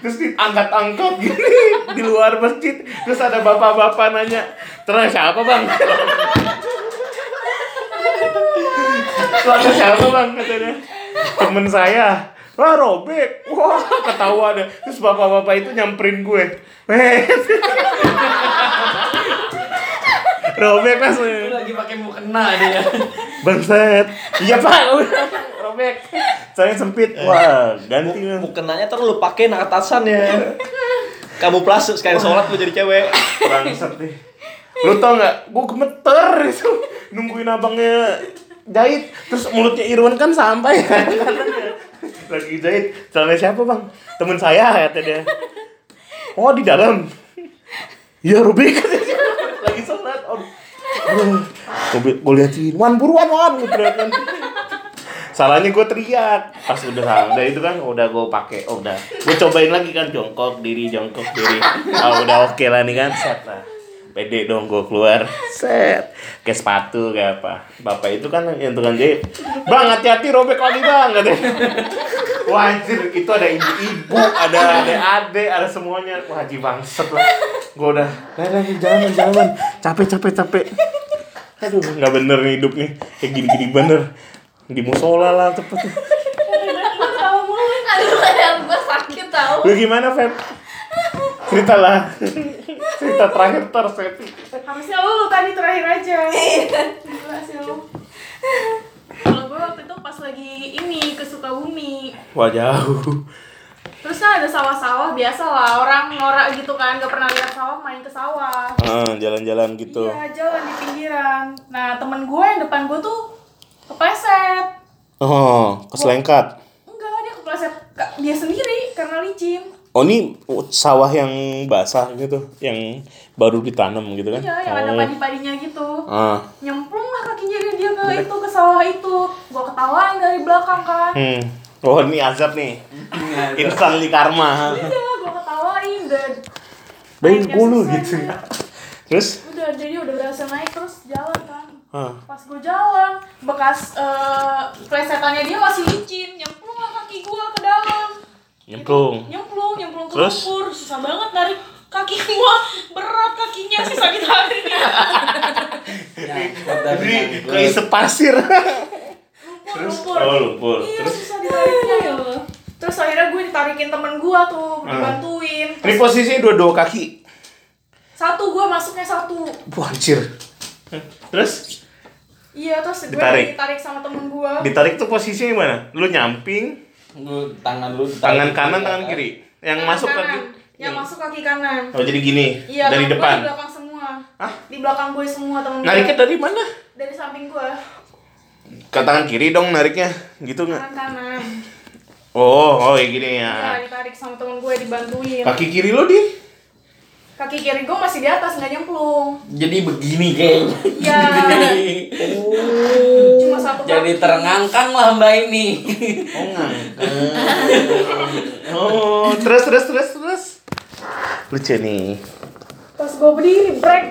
terus diangkat-angkat gini di luar masjid terus ada bapak-bapak nanya celana siapa bang celana siapa bang katanya temen saya Wah robek, wah ketawa deh. Terus bapak-bapak itu nyamperin gue. Weh. robek langsung.
Lu lagi pakai mukena dia.
Bangset. Iya pak. Robek. Soalnya sempit. Wah, ganti Mas.
Mau kenanya ntar lu pakai nak atasan ya. Kamu plastik sekali sholat lu jadi cewek.
Bangsat deh. Lu tau nggak? Gue gemeter itu nungguin abangnya jahit. Terus mulutnya Irwan kan sampai kan. Lagi jahit. Celana siapa bang? Temen saya kata dia. Oh di dalam. Iya Rubik. Lagi sholat om. Gue liatin, Wan buruan Wan Gua teriakin. Salahnya gue teriak Pas udah udah itu kan udah gue pake oh, udah Gue cobain lagi kan jongkok diri jongkok diri Ah, Udah oke lah nih kan set lah Pede dong gue keluar Set Kayak sepatu kayak apa Bapak itu kan yang tukang jahit Bang hati-hati robek lagi bang katanya Wah anjir itu ada ibu-ibu Ada adik-adik ada semuanya Wah haji bangset lah Gue udah Dah dah jalan jalan Capek capek capek Aduh, nggak bener nih hidup nih. Kayak gini-gini bener. Di musola lah cepet.
Aduh, yang ya, gua sakit tau.
Lu gimana, Feb? Cerita lah. Cerita terakhir ter Feb.
Harusnya lu tadi terakhir aja. Gila sih lu. Iya. Kalau gue waktu itu pas lagi ini ke Sukabumi,
Wah, jauh.
terus kan ada sawah-sawah biasa lah orang ngorak gitu kan, gak pernah lihat sawah main ke sawah.
Ah, jalan-jalan gitu.
Iya jalan di pinggiran. Nah temen gue yang depan gue tuh kepeset.
Oh, keselengkat.
Enggak dia kepeset ka- dia sendiri karena licin.
Oh, ini sawah yang basah gitu, yang baru ditanam gitu kan?
Iya yang ada
Oh.
padi-padinya gitu.
Ah.
Nyemplung lah kakinya dia ke itu ke sawah itu. Gue ketawain dari belakang kan.
Hmm. Oh, ini azab nih. Iya. Instantly karma.
Iya gue ketawain dan
Baik gulu gitu. Terus?
udah jadi udah berhasil naik terus jalan kan.
Ah.
Pas gue jalan bekas eh, plesetannya dia masih licin nyemplung lah kaki gue ke dalam.
Nyemplung.
nyemplung nyemplung ke
Terus?
lumpur susah banget narik kaki gua berat kakinya sih sakit hatinya
Ya, kata
Jadi
bintang gua.
keisep pasir.
lumpur lumpur.
Oh lumpur.
Iya,
Terus
susah ditariknya.
Iya.
Terus akhirnya gue ditarikin temen gue tuh,
Hmm.
dibantuin.
ini posisinya dua-dua kaki.
Satu gue masuknya satu.
Wah, anjir. Terus
Iya, terus gue
Ditarik.
ditarik sama temen gue.
ditarik tuh posisinya gimana? Lu nyamping,
Lu tangan lu
tangan kanan, tangan kiri. Yang
Tangan
masuk
kanan.
kaki.
Yang masuk kaki kanan.
Oh, jadi gini,
Iya,
dari
temen gue
depan.
di belakang semua.
Hah?
Di belakang gue semua temen gue.
Nariknya dari mana?
Dari samping gue,
Ke tangan kiri dong nariknya. Gitu nggak?
tangan kanan.
Oh, oh ya gini
Iya,
ya.
ditarik sama temen gue dibantuin.
Kaki kiri lo di?
Kaki kiri gue masih di atas, nggak nyemplung.
Jadi begini kayaknya.
Iya. Cuma satu
Jadi
kaki.
terengangkang lah mbak ini.
Oh, Oh, terus terus terus terus. Lucu nih.
Pas gue berdiri, break.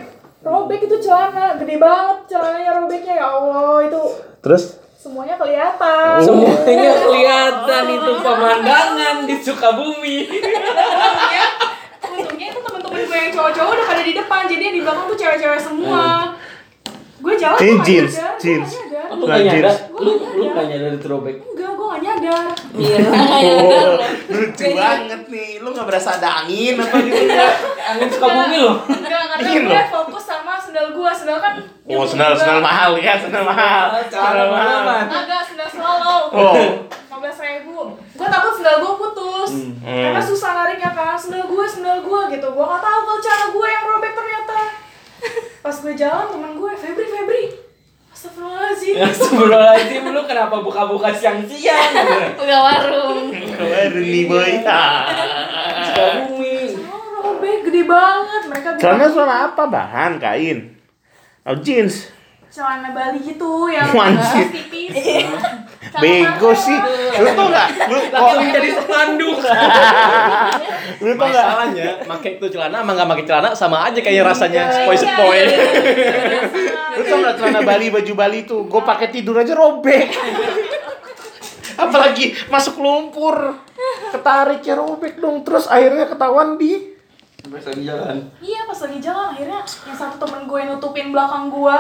Robek itu celana, gede banget celananya robeknya ya Allah itu
Terus
semuanya kelihatan.
Oh. Semuanya kelihatan itu pemandangan di Sukabumi.
untungnya untungnya itu temen-temen gue yang cowok-cowok udah pada di depan jadi yang di belakang tuh cewek-cewek semua gue jalan
Ini
gue nggak
jeans,
nyadar, gue
jeans.
nggak nyadar.
Lu nggak
Najis.
nyadar? Lu lu nggak nyadar diterobek?
enggak gue gak nyadar
Iya.
Oh, lucu banget nih. Lu nggak berasa ada angin apa gitu ya?
Angin Sukabumi loh.
enggak karena
Dingin
gue
loh.
fokus sama sendal gue sendal kan
Oh,
di
senal
gue.
senal mahal ya, senal mahal.
Cara mana?
agak sendal selalu
Oh.
15 ribu gue takut sendal gue putus karena
Hmm.
susah nariknya kan sendal gue sendal gue gitu gue gak tahu kalau cara gue yang robek ternyata pas gue jalan temen gue Febri Febri Astagfirullahaladzim
Eh.
Astagfirullahaladzim lu kenapa buka-buka siang-siang?
Udah warung.
Baru nih boy.
Sukabumi.
Oh, robek gede banget. Mereka
Celana
bilang
celana apa? Bahan kain. Oh, jeans.
celana Bali gitu yang
Wanjit.
tipis. Celana
Bego
pantai
sih.
lah.
Lu tau nggak? Lu kok?
Langsung Oh, jadi spanduk.
Lu tau nggak?
Masalahnya, pakai itu celana sama nggak pakai celana sama aja kayak rasanya
Iya.
sepoi sepoi.
Iya, iya,
Lu
iya.
tau gak celana Bali, baju Bali tuh Gue pakai tidur aja robek Apalagi masuk lumpur Ketarik ya robek dong Terus akhirnya ketahuan di
Besok jalan.
Iya, pas lagi jalan akhirnya yang satu temen gue nutupin belakang gue.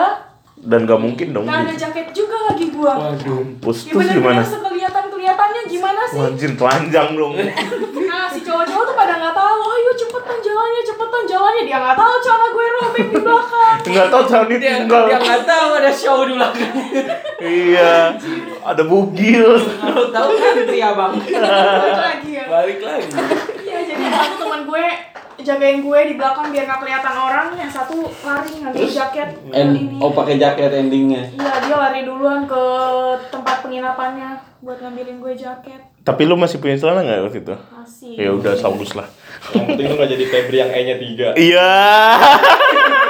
Dan gak mungkin dong
Gak ada jaket juga lagi gue.
Kampus
Ya bener-bener sekelihatan-kelihatannya gimana sih?
Anjir telanjang dong
Nah si cowok-cowok tuh pada nggak tahu. Ayo cepetan jalannya, cepetan jalannya. Dia nggak tahu celana gue robek di belakang.
Gak tau celana
Dia
tinggal
dia nggak tahu ada show di belakang.
Iya Ada bugil
Kalau tahu kan ya bang.
Balik lagi ya.
Balik lagi.
Iya, jadi yang satu teman gue jagain gue di belakang biar gak kelihatan orang, yang satu lari ngambil jaket ini.
oh pakai jaket endingnya.
Iya, dia lari duluan ke tempat penginapannya buat ngambilin gue jaket.
Tapi lu masih punya celana gak waktu itu?
Masih.
Ya udah, bagus lah
Yang penting lu nggak jadi Febri yang E nya tiga.
Iya